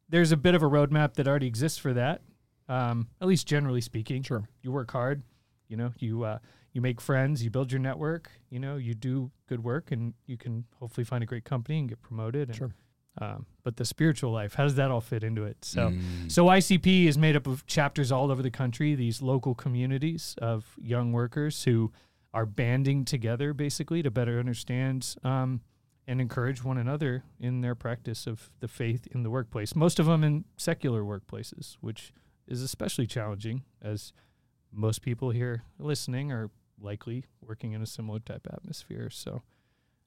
Speaker 1: there's a bit of a roadmap that already exists for that, um, at least generally speaking.
Speaker 2: Sure.
Speaker 1: You work hard, you know, you uh, you make friends, you build your network, you know, you do good work, and you can hopefully find a great company and get promoted. And,
Speaker 2: Sure.
Speaker 1: Um, but the spiritual life, how does that all fit into it? So.
Speaker 3: Mm.
Speaker 1: So ICP is made up of chapters all over the country, these local communities of young workers who are banding together basically to better understand um, and encourage one another in their practice of the faith in the workplace. Most of them in secular workplaces, which is especially challenging as most people here listening are likely working in a similar type atmosphere. So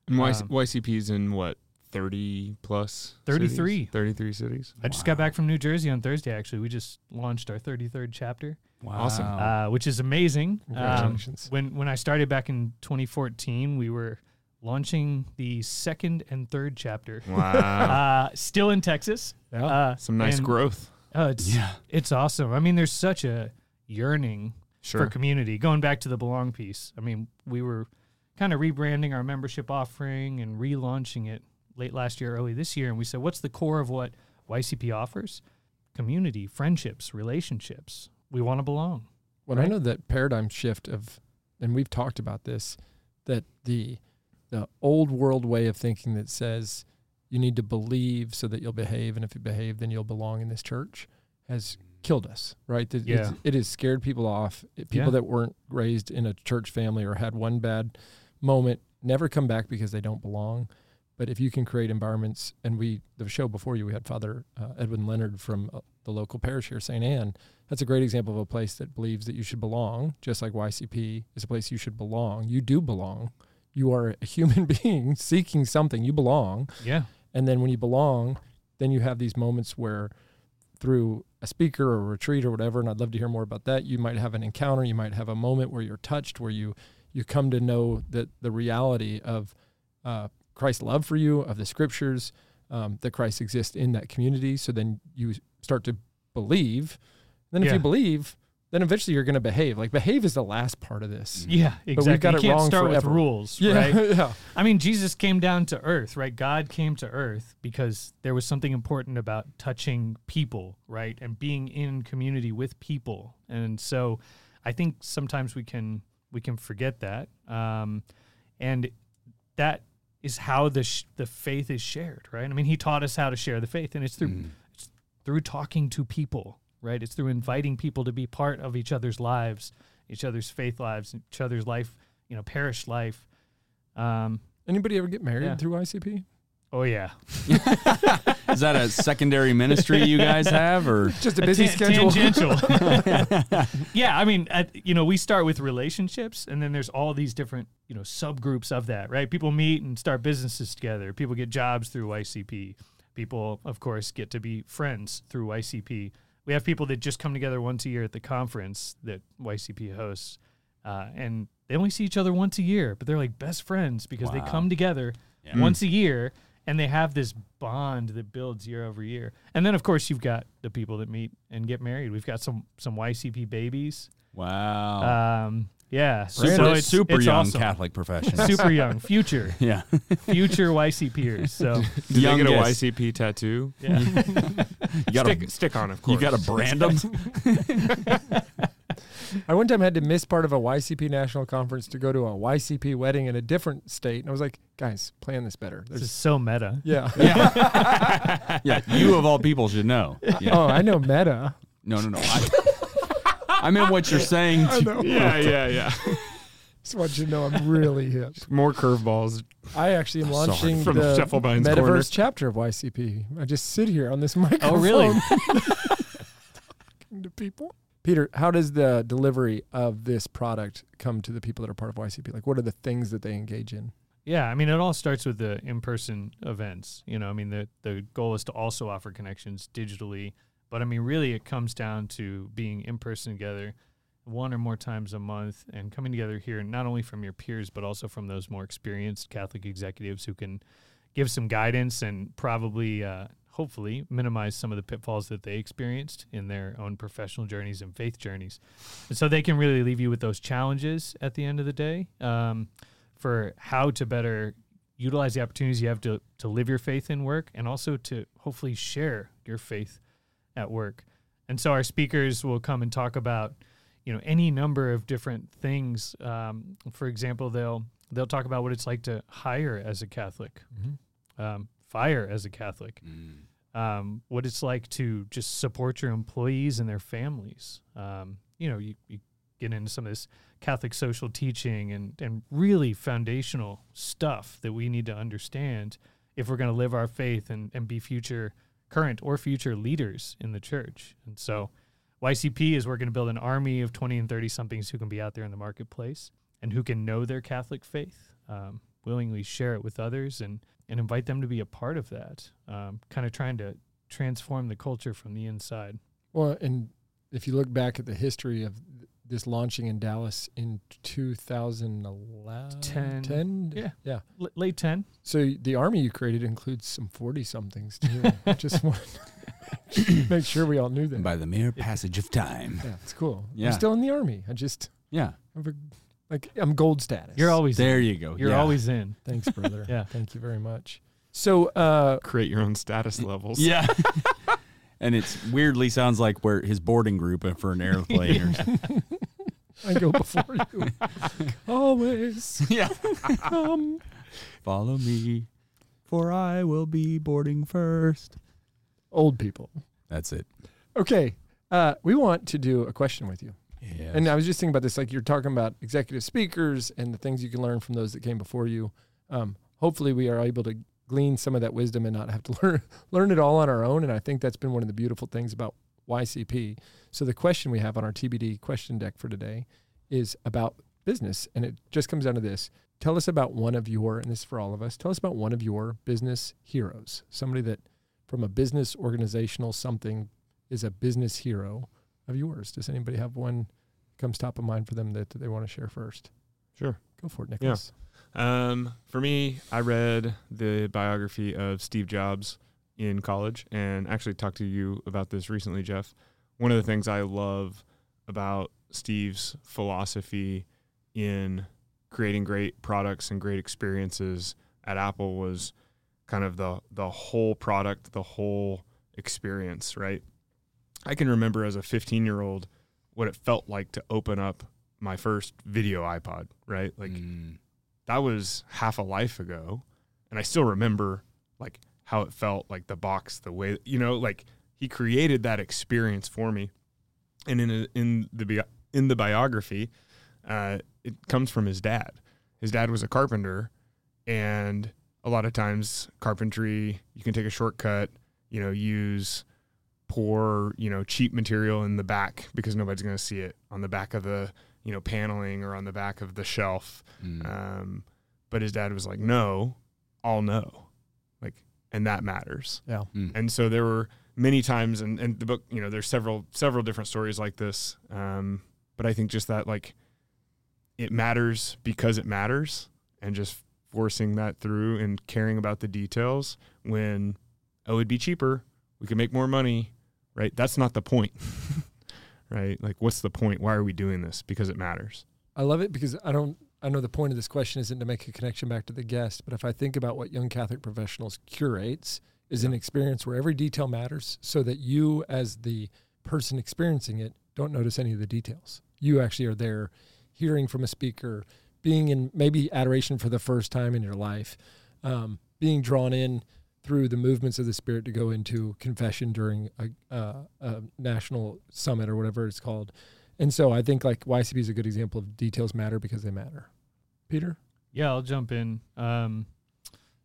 Speaker 4: And YC-
Speaker 1: Um,
Speaker 4: YCP's in what, 30 plus?
Speaker 1: 33.
Speaker 4: Cities?
Speaker 1: [LAUGHS]
Speaker 4: 33 cities.
Speaker 1: I just got back from New Jersey on Thursday actually. We just launched our 33rd chapter,
Speaker 3: Wow.
Speaker 4: Awesome.
Speaker 1: uh, which is amazing. Um,
Speaker 2: Congratulations.
Speaker 1: when when I started back in 2014, we were launching the second and third chapter,
Speaker 4: Wow.
Speaker 1: uh, still in Texas.
Speaker 2: Yeah.
Speaker 1: Uh,
Speaker 4: Some nice
Speaker 1: and-
Speaker 4: growth.
Speaker 1: Oh, it's
Speaker 3: yeah.
Speaker 1: it's awesome. I mean, there's such a yearning for
Speaker 4: Sure.
Speaker 1: community. Going back to the belong piece, I mean, we were kind of rebranding our membership offering and relaunching it late last year, early this year, and we said, what's the core of what YCP offers? Community, friendships, relationships. We want to belong.
Speaker 2: Well, I know that paradigm shift of, and we've talked about this, that the the old world way of thinking that says you need to believe so that you'll behave, and if you behave, then you'll belong in this church, has killed us. Right? That it's-
Speaker 1: Yeah.
Speaker 2: it has scared people off. It- people
Speaker 1: Yeah.
Speaker 2: that weren't raised in a church family or had one bad moment never come back because they don't belong. But if you can create environments, and we the show before you, we had Father uh, Edwin Leonard from uh, the local parish here, St. Anne, that's a great example of a place that believes that you should belong, just like YCP is a place you should belong. You do belong. You are a human [LAUGHS] being seeking something. You belong.
Speaker 1: Yeah.
Speaker 2: And then when you belong, then you have these moments where through a speaker or a retreat or whatever, and I'd love to hear more about that, you might have an encounter, you might have a moment where you're touched, where you you come to know that the reality of uh, Christ's love for you, of the scriptures, um, that Christ exists in that community. So then you start to believe. Then if
Speaker 1: Yeah.
Speaker 2: you believe, then eventually you're going to behave. Like behave is the last part of this.
Speaker 1: Yeah, exactly.
Speaker 2: got
Speaker 1: you
Speaker 2: it
Speaker 1: can't
Speaker 2: wrong
Speaker 1: start
Speaker 2: forever.
Speaker 1: with rules, right?
Speaker 2: Yeah, [LAUGHS] yeah.
Speaker 1: I mean, Jesus came down to earth, right? God came to earth because there was something important about touching people, right? And being in community with people. And so I think sometimes we can we can forget that. Um, and that is how the sh- the faith is shared, right? I mean, he taught us how to share the faith and it's through it's through talking to people, right? It's through inviting people to be part of each other's lives, each other's faith lives, each other's life, you know, parish life. Um,
Speaker 2: Anybody ever get married
Speaker 1: Yeah.
Speaker 2: through ICP?
Speaker 1: oh yeah,
Speaker 3: Is that a secondary ministry you guys have, or
Speaker 2: Just a
Speaker 1: A
Speaker 2: busy
Speaker 1: tan-
Speaker 2: schedule.
Speaker 1: Tangential. [LAUGHS] yeah, I mean, at, you know, we start with relationships, and then there's all these different you know subgroups of that, right? People meet and start businesses together. People get jobs through YCP. People, of course, get to be friends through YCP. We have people that just come together once a year at the conference that YCP hosts, uh, and they only see each other once a year, but they're like best friends because they
Speaker 3: Wow.
Speaker 1: come together
Speaker 3: Yeah.
Speaker 1: once a year and they have this bond that builds year over year. And then of course you've got the people that meet and get married. We've got some some YCP babies.
Speaker 3: wow?
Speaker 1: Um yeah.
Speaker 3: Oh. super
Speaker 1: so it's
Speaker 3: super
Speaker 1: it's
Speaker 3: young
Speaker 1: awesome.
Speaker 3: Catholic profession. [LAUGHS]
Speaker 1: Super young, future,
Speaker 3: yeah,
Speaker 1: future YCPers.
Speaker 3: [LAUGHS]
Speaker 1: So
Speaker 4: Did they get a
Speaker 3: Youngest.
Speaker 4: YCP tattoo?
Speaker 1: yeah,
Speaker 3: you got
Speaker 4: Stick,
Speaker 3: to
Speaker 4: stick on, of course.
Speaker 3: you got
Speaker 4: [LAUGHS]
Speaker 3: to brand them.
Speaker 2: I one time had to miss part of a YCP national conference to go to a YCP wedding in a different state, and I was like, "Guys, plan this better."
Speaker 1: this
Speaker 2: There's,
Speaker 1: is so meta.
Speaker 2: yeah.
Speaker 3: yeah, [LAUGHS] you of all people should know.
Speaker 2: [LAUGHS]
Speaker 3: Yeah.
Speaker 2: Oh, I know meta.
Speaker 1: [LAUGHS]
Speaker 3: No, no, no. I, I meant what you're saying. To,
Speaker 4: yeah, yeah, yeah.
Speaker 2: Just want you to know I'm really hip.
Speaker 4: More curveballs.
Speaker 2: I actually am
Speaker 3: Sorry.
Speaker 2: launching
Speaker 4: From
Speaker 2: the
Speaker 4: Shufflebine's
Speaker 2: Metaverse
Speaker 4: corner.
Speaker 2: chapter of YCP. I just sit here on this [LAUGHS] microphone.
Speaker 3: Oh, really?
Speaker 2: talking to people. Peter, how does the delivery of this product come to the people that are part of YCP? Like, what are the things that they engage in?
Speaker 1: Yeah, I mean, it all starts with the in-person events. You know, I mean, the the goal is to also offer connections digitally, but I mean, really, it comes down to being in person together, one or more times a month, and coming together here, not only from your peers, but also from those more experienced Catholic executives who can give some guidance and probably, uh, hopefully, minimize some of the pitfalls that they experienced in their own professional journeys and faith journeys, and so they can really leave you with those challenges at the end of the day. Um, for how to better utilize the opportunities you have to, to live your faith in work and also to hopefully share your faith at work. And so our speakers will come and talk about, you know, any number of different things. Um, for example, they'll they'll talk about what it's like to hire as a Catholic, um, fire as a Catholic,
Speaker 3: Mm.
Speaker 1: um, what it's like to just support your employees and their families. Um, you know, you, you get into some of this Catholic social teaching and, and really foundational stuff that we need to understand if we're going to live our faith and, and be future, current or future leaders in the church. And so YCP is we're going to build an army of 20 and 30 somethings who can be out there in the marketplace and who can know their Catholic faith, um, willingly share it with others, and, and invite them to be a part of that, um, kind of trying to transform the culture from the inside.
Speaker 2: Well, and if you look back at the history of this launching in Dallas in 2011,
Speaker 1: Ten.
Speaker 2: 10?
Speaker 1: Yeah.
Speaker 2: yeah.
Speaker 1: L- late 10,
Speaker 2: So the army you created includes some 40 somethings too.
Speaker 1: [LAUGHS]
Speaker 2: Just want to [LAUGHS] make sure we all knew that.
Speaker 3: By the mere passage of time.
Speaker 2: yeah, it's cool.
Speaker 3: Yeah.
Speaker 2: I'm still in the army. I just,
Speaker 3: Yeah.
Speaker 2: I'm a- like, I'm gold status.
Speaker 1: you're always
Speaker 3: There you go.
Speaker 1: You're
Speaker 3: Yeah.
Speaker 1: always in.
Speaker 2: Thanks, brother.
Speaker 1: [LAUGHS] Yeah.
Speaker 2: Thank you very much. So, uh,
Speaker 4: Create your own status levels.
Speaker 3: [LAUGHS] Yeah. [LAUGHS] and it's weirdly sounds like we're his boarding group for an airplane or something.
Speaker 2: I go before you. Always
Speaker 3: [LAUGHS] Yeah.
Speaker 2: come.
Speaker 3: [LAUGHS] Follow me, for I will be boarding first.
Speaker 2: Old people.
Speaker 3: That's it.
Speaker 2: Okay. Uh, we want to do a question with you.
Speaker 3: Yeah.
Speaker 2: And I was just thinking about this. Like you're talking about executive speakers and the things you can learn from those that came before you. Um, hopefully, we are able to glean some of that wisdom and not have to [LAUGHS] learn learn it all on our own. And I think that's been one of the beautiful things about YCP. So the question we have on our TBD question deck for today is about business, and it just comes down to this: Tell us about one of your, and this is for all of us. Tell us about one of your business heroes, somebody that from a business organizational something is a business hero of yours. Does anybody have one comes top of mind for them that, that they want to share first?
Speaker 4: Sure.
Speaker 2: Go for it, Nicholas.
Speaker 4: Um, for me, I read the biography of Steve Jobs in college and actually talked to you about this recently, Jeff. One of the things I love about Steve's philosophy in creating great products and great experiences at Apple was kind of the the whole product, the whole experience, right? I can remember as a 15-year-old what it felt like to open up my first video iPod, right? Like
Speaker 3: Mm.
Speaker 4: that was half a life ago and i still remember like how it felt like the box the way you know like he created that experience for me and in a, in the bi- in the biography uh, it comes from his dad his dad was a carpenter and a lot of times carpentry you can take a shortcut you know use poor you know cheap material in the back because nobody's going to see it on the back of the you know paneling or on the back of the shelf
Speaker 1: Mm. uh,
Speaker 4: um, but his dad was like, "No, I'll know," like, and that matters.
Speaker 2: Yeah.
Speaker 3: mm.
Speaker 4: And so there were many times, and and the book, you know, there's several several different stories like this. Um, but I think just that, like, it matters because it matters, and just forcing that through and caring about the details when oh, it'd be cheaper, we could make more money, right? That's not the point. [LAUGHS] Right? Like, what's the point? Why are we doing this? Because it matters.
Speaker 2: I love it because I don't I know the point of this question isn't to make a connection back to the guest, but if I think about what young Catholic professionals curates is an experience where every detail matters so that you as the person experiencing it don't notice any of the details. You actually are there hearing from a speaker, being in maybe adoration for the first time in your life, um, being drawn in through the movements of the spirit to go into confession during a, uh, a national summit or whatever it's called. And so I think like YCP is a good example of details matter because they matter. Peter?
Speaker 1: Yeah, I'll jump in. Um,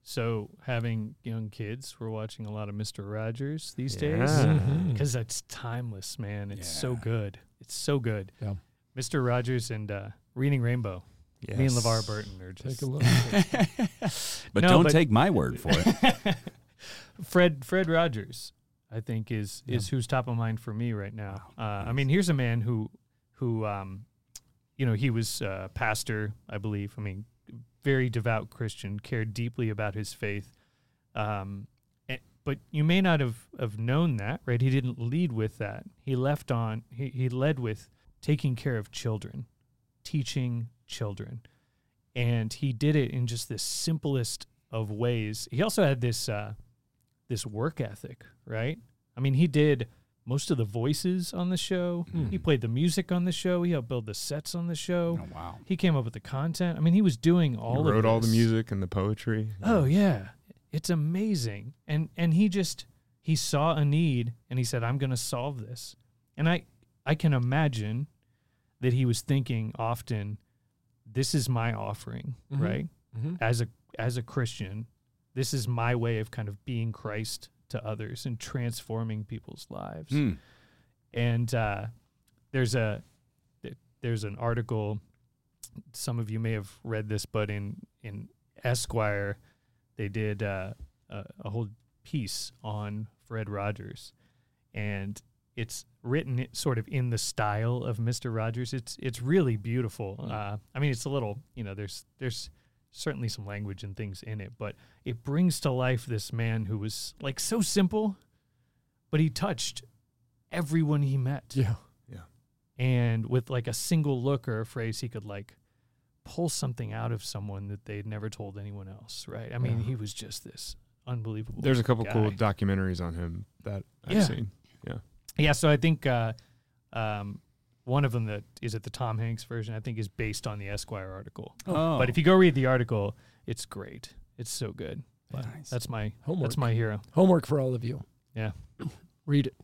Speaker 1: so having young kids, we're watching a lot of Mister Rogers these days
Speaker 4: Yeah.
Speaker 1: because that's timeless, man. It's so
Speaker 3: Mm-hmm. Yeah.
Speaker 1: good. It's so good.
Speaker 2: Yeah.
Speaker 1: Mister Rogers and uh, Reading Rainbow. Me and LeVar Burton [LAUGHS] are just
Speaker 2: Take a look.
Speaker 3: [LAUGHS] But
Speaker 1: No,
Speaker 3: don't
Speaker 1: but-
Speaker 3: take my word
Speaker 1: [LAUGHS]
Speaker 3: for it.
Speaker 1: Fred Fred Rogers, I think is is who's top of mind for me right now. Uh, I mean, here's a man who who um, you know he was uh, pastor, I believe. I mean, very devout Christian, cared deeply about his faith. Um, and, but you may not have, have known that, right? He didn't lead with that. He left on. He he led with taking care of children, teaching children, and he did it in just the simplest of ways. He also had this. Uh, this work ethic, right? I mean, he did most of the voices on the show.
Speaker 4: Hmm.
Speaker 1: He played the music on the show. He helped build the sets on the show.
Speaker 3: Oh, wow.
Speaker 1: He came up with the content. I mean, he was doing all
Speaker 4: You
Speaker 1: of
Speaker 4: wrote all the
Speaker 1: this.
Speaker 4: music and the poetry.
Speaker 1: Oh yeah, it's amazing. And and he just he saw a need and he said, "I'm going to solve this." And I I can imagine that he was thinking often, "This is my offering,
Speaker 2: Mhm.
Speaker 1: right?
Speaker 2: Mhm.
Speaker 1: As a as a Christian, this is my way of kind of being Christ to others and transforming people's lives."
Speaker 3: Hmm.
Speaker 1: and uh, there's a th- there's an article. Some of you may have read this, but in in Esquire, they did uh, a, a whole piece on Fred Rogers, and it's written i- sort of in the style of Mister Rogers. It's it's really beautiful. Uh, I mean, it's a little you know there's there's certainly some language and things in it, but it brings to life this man who was like so simple, but he touched everyone he met
Speaker 2: yeah.
Speaker 1: and with like a single look or a phrase he could like pull something out of someone that they'd never told anyone else right i mean
Speaker 2: Yeah.
Speaker 1: he was just this unbelievable
Speaker 4: There's a couple
Speaker 1: guy.
Speaker 4: cool documentaries on him that I've
Speaker 1: Yeah.
Speaker 4: seen.
Speaker 1: yeah so i think uh um one of them that is at the tom hanks version i think is based on the esquire article
Speaker 3: Oh.
Speaker 1: but if you go read the article it's great it's so good But
Speaker 3: Nice.
Speaker 1: that's my
Speaker 2: Homework.
Speaker 1: that's my hero
Speaker 2: Homework for all of you.
Speaker 1: Yeah.
Speaker 2: Read it.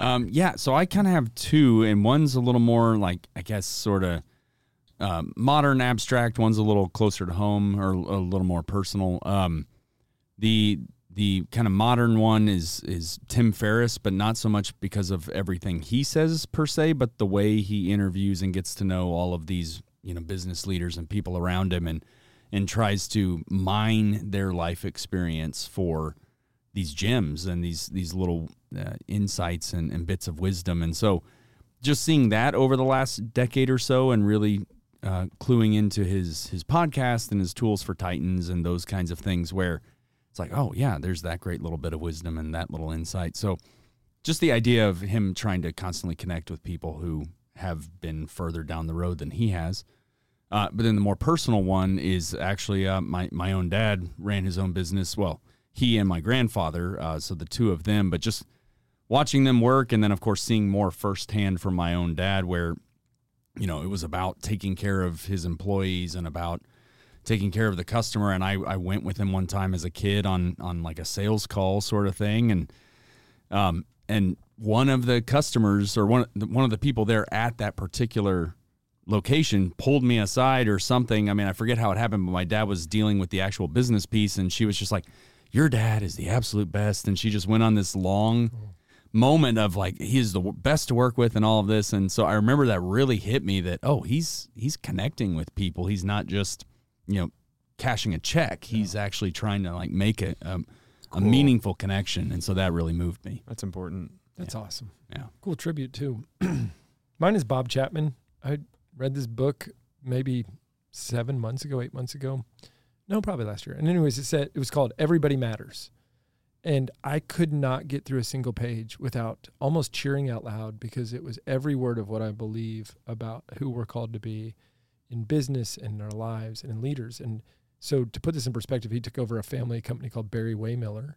Speaker 3: Um, yeah, so I kind of have two, and one's a little more like I guess sort of um, modern abstract. One's a little closer to home or a little more personal. Um, the the kind of modern one is is Tim Ferriss, but not so much because of everything he says per se, but the way he interviews and gets to know all of these you know business leaders and people around him, and and tries to mine their life experience for these gems and these these little uh, insights and, and bits of wisdom. And so, just seeing that over the last decade or so, and really uh, cluing into his his podcast and his tools for Titans and those kinds of things, where it's like, oh yeah, there's that great little bit of wisdom and that little insight. So, just the idea of him trying to constantly connect with people who have been further down the road than he has. Uh, but then the more personal one is actually uh, my my own dad ran his own business. Well, he and my grandfather, uh, so the two of them. But just watching them work, and then of course seeing more firsthand from my own dad, where you know it was about taking care of his employees and about taking care of the customer. And I I went with him one time as a kid on on like a sales call sort of thing, and um, and one of the customers or one one of the people there at that particular location pulled me aside or something. I mean, I forget how it happened, but my dad was dealing with the actual business piece, and she was just like, "Your dad is the absolute best," and she just went on this long moment of like he is the w- best to work with and all of this and so i remember that really hit me that oh he's he's connecting with people he's not just you know cashing a check he's actually trying to like make a, a, a meaningful connection and so that really moved me
Speaker 4: That's important.
Speaker 2: That's awesome.
Speaker 3: Yeah.
Speaker 2: Cool tribute too. [CLEARS THROAT] Mine is Bob Chapman. I read this book maybe seven months ago, eight months ago. No, probably last year. And anyways, it said it was called Everybody Matters. And I could not get through a single page without almost cheering out loud because it was every word of what I believe about who we're called to be in business and in our lives and in leaders. And so to put this in perspective, he took over a family company called Barry Waymiller,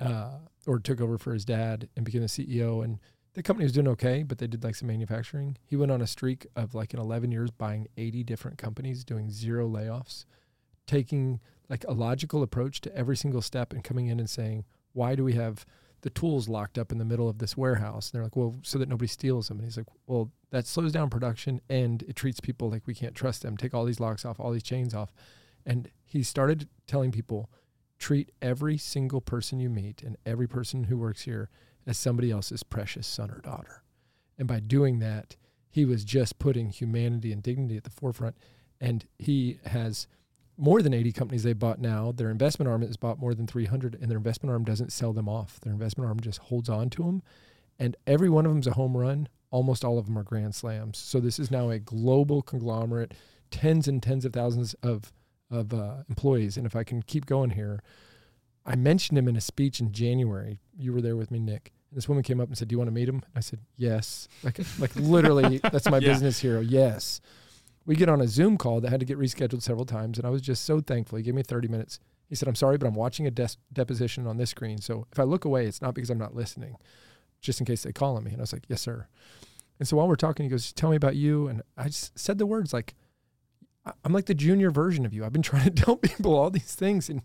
Speaker 2: uh, or took over for his dad and became the CEO. And the company was doing okay, but they did like some manufacturing. He went on a streak of like in 11 years buying 80 different companies, doing zero layoffs, taking like a logical approach to every single step and coming in and saying, why do we have the tools locked up in the middle of this warehouse. And they're like, well, so that nobody steals them. And he's like, well, that slows down production and it treats people like we can't trust them. Take all these locks off, all these chains off. And he started telling people, treat every single person you meet and every person who works here as somebody else's precious son or daughter. And by doing that, he was just putting humanity and dignity at the forefront. And he has more than 80 companies they bought now. Their investment arm has bought more than 300, and their investment arm doesn't sell them off. Their investment arm just holds on to them. And every one of them's a home run. Almost all of them are grand slams. So this is now a global conglomerate, tens and tens of thousands of of uh, employees. And if I can keep going here, I mentioned him in a speech in January. You were there with me, Nick. And this woman came up and said, "Do you want to meet him?" And I said, "Yes." Like, like literally, that's my
Speaker 3: Yeah.
Speaker 2: business hero. Yes. We get on a Zoom call that had to get rescheduled several times, and I was just so thankful. He gave me 30 minutes. He said, "I'm sorry, but I'm watching a des- deposition on this screen. So if I look away, it's not because I'm not listening, just in case they call on me." And I was like, "Yes, sir." And so while we're talking, he goes, "Tell me about you." And I just said the words like, I- I'm like the junior version of you. I've been trying to [LAUGHS] tell people all these things and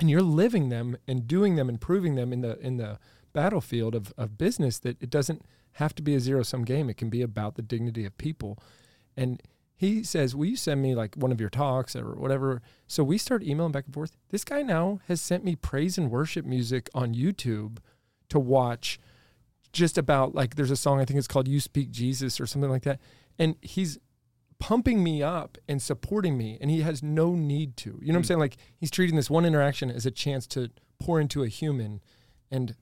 Speaker 2: and you're living them and doing them and proving them in the in the battlefield of, of business that it doesn't have to be a zero sum game. It can be about the dignity of people. And he says, Will you send me like one of your talks or whatever? So we start emailing back and forth. This guy now has sent me praise and worship music on YouTube to watch just about like there's a song I think it's called You Speak Jesus or something like that. And he's pumping me up and supporting me and he has no need to. You know what I'm saying? Like he's treating this one interaction as a chance to pour into a human. And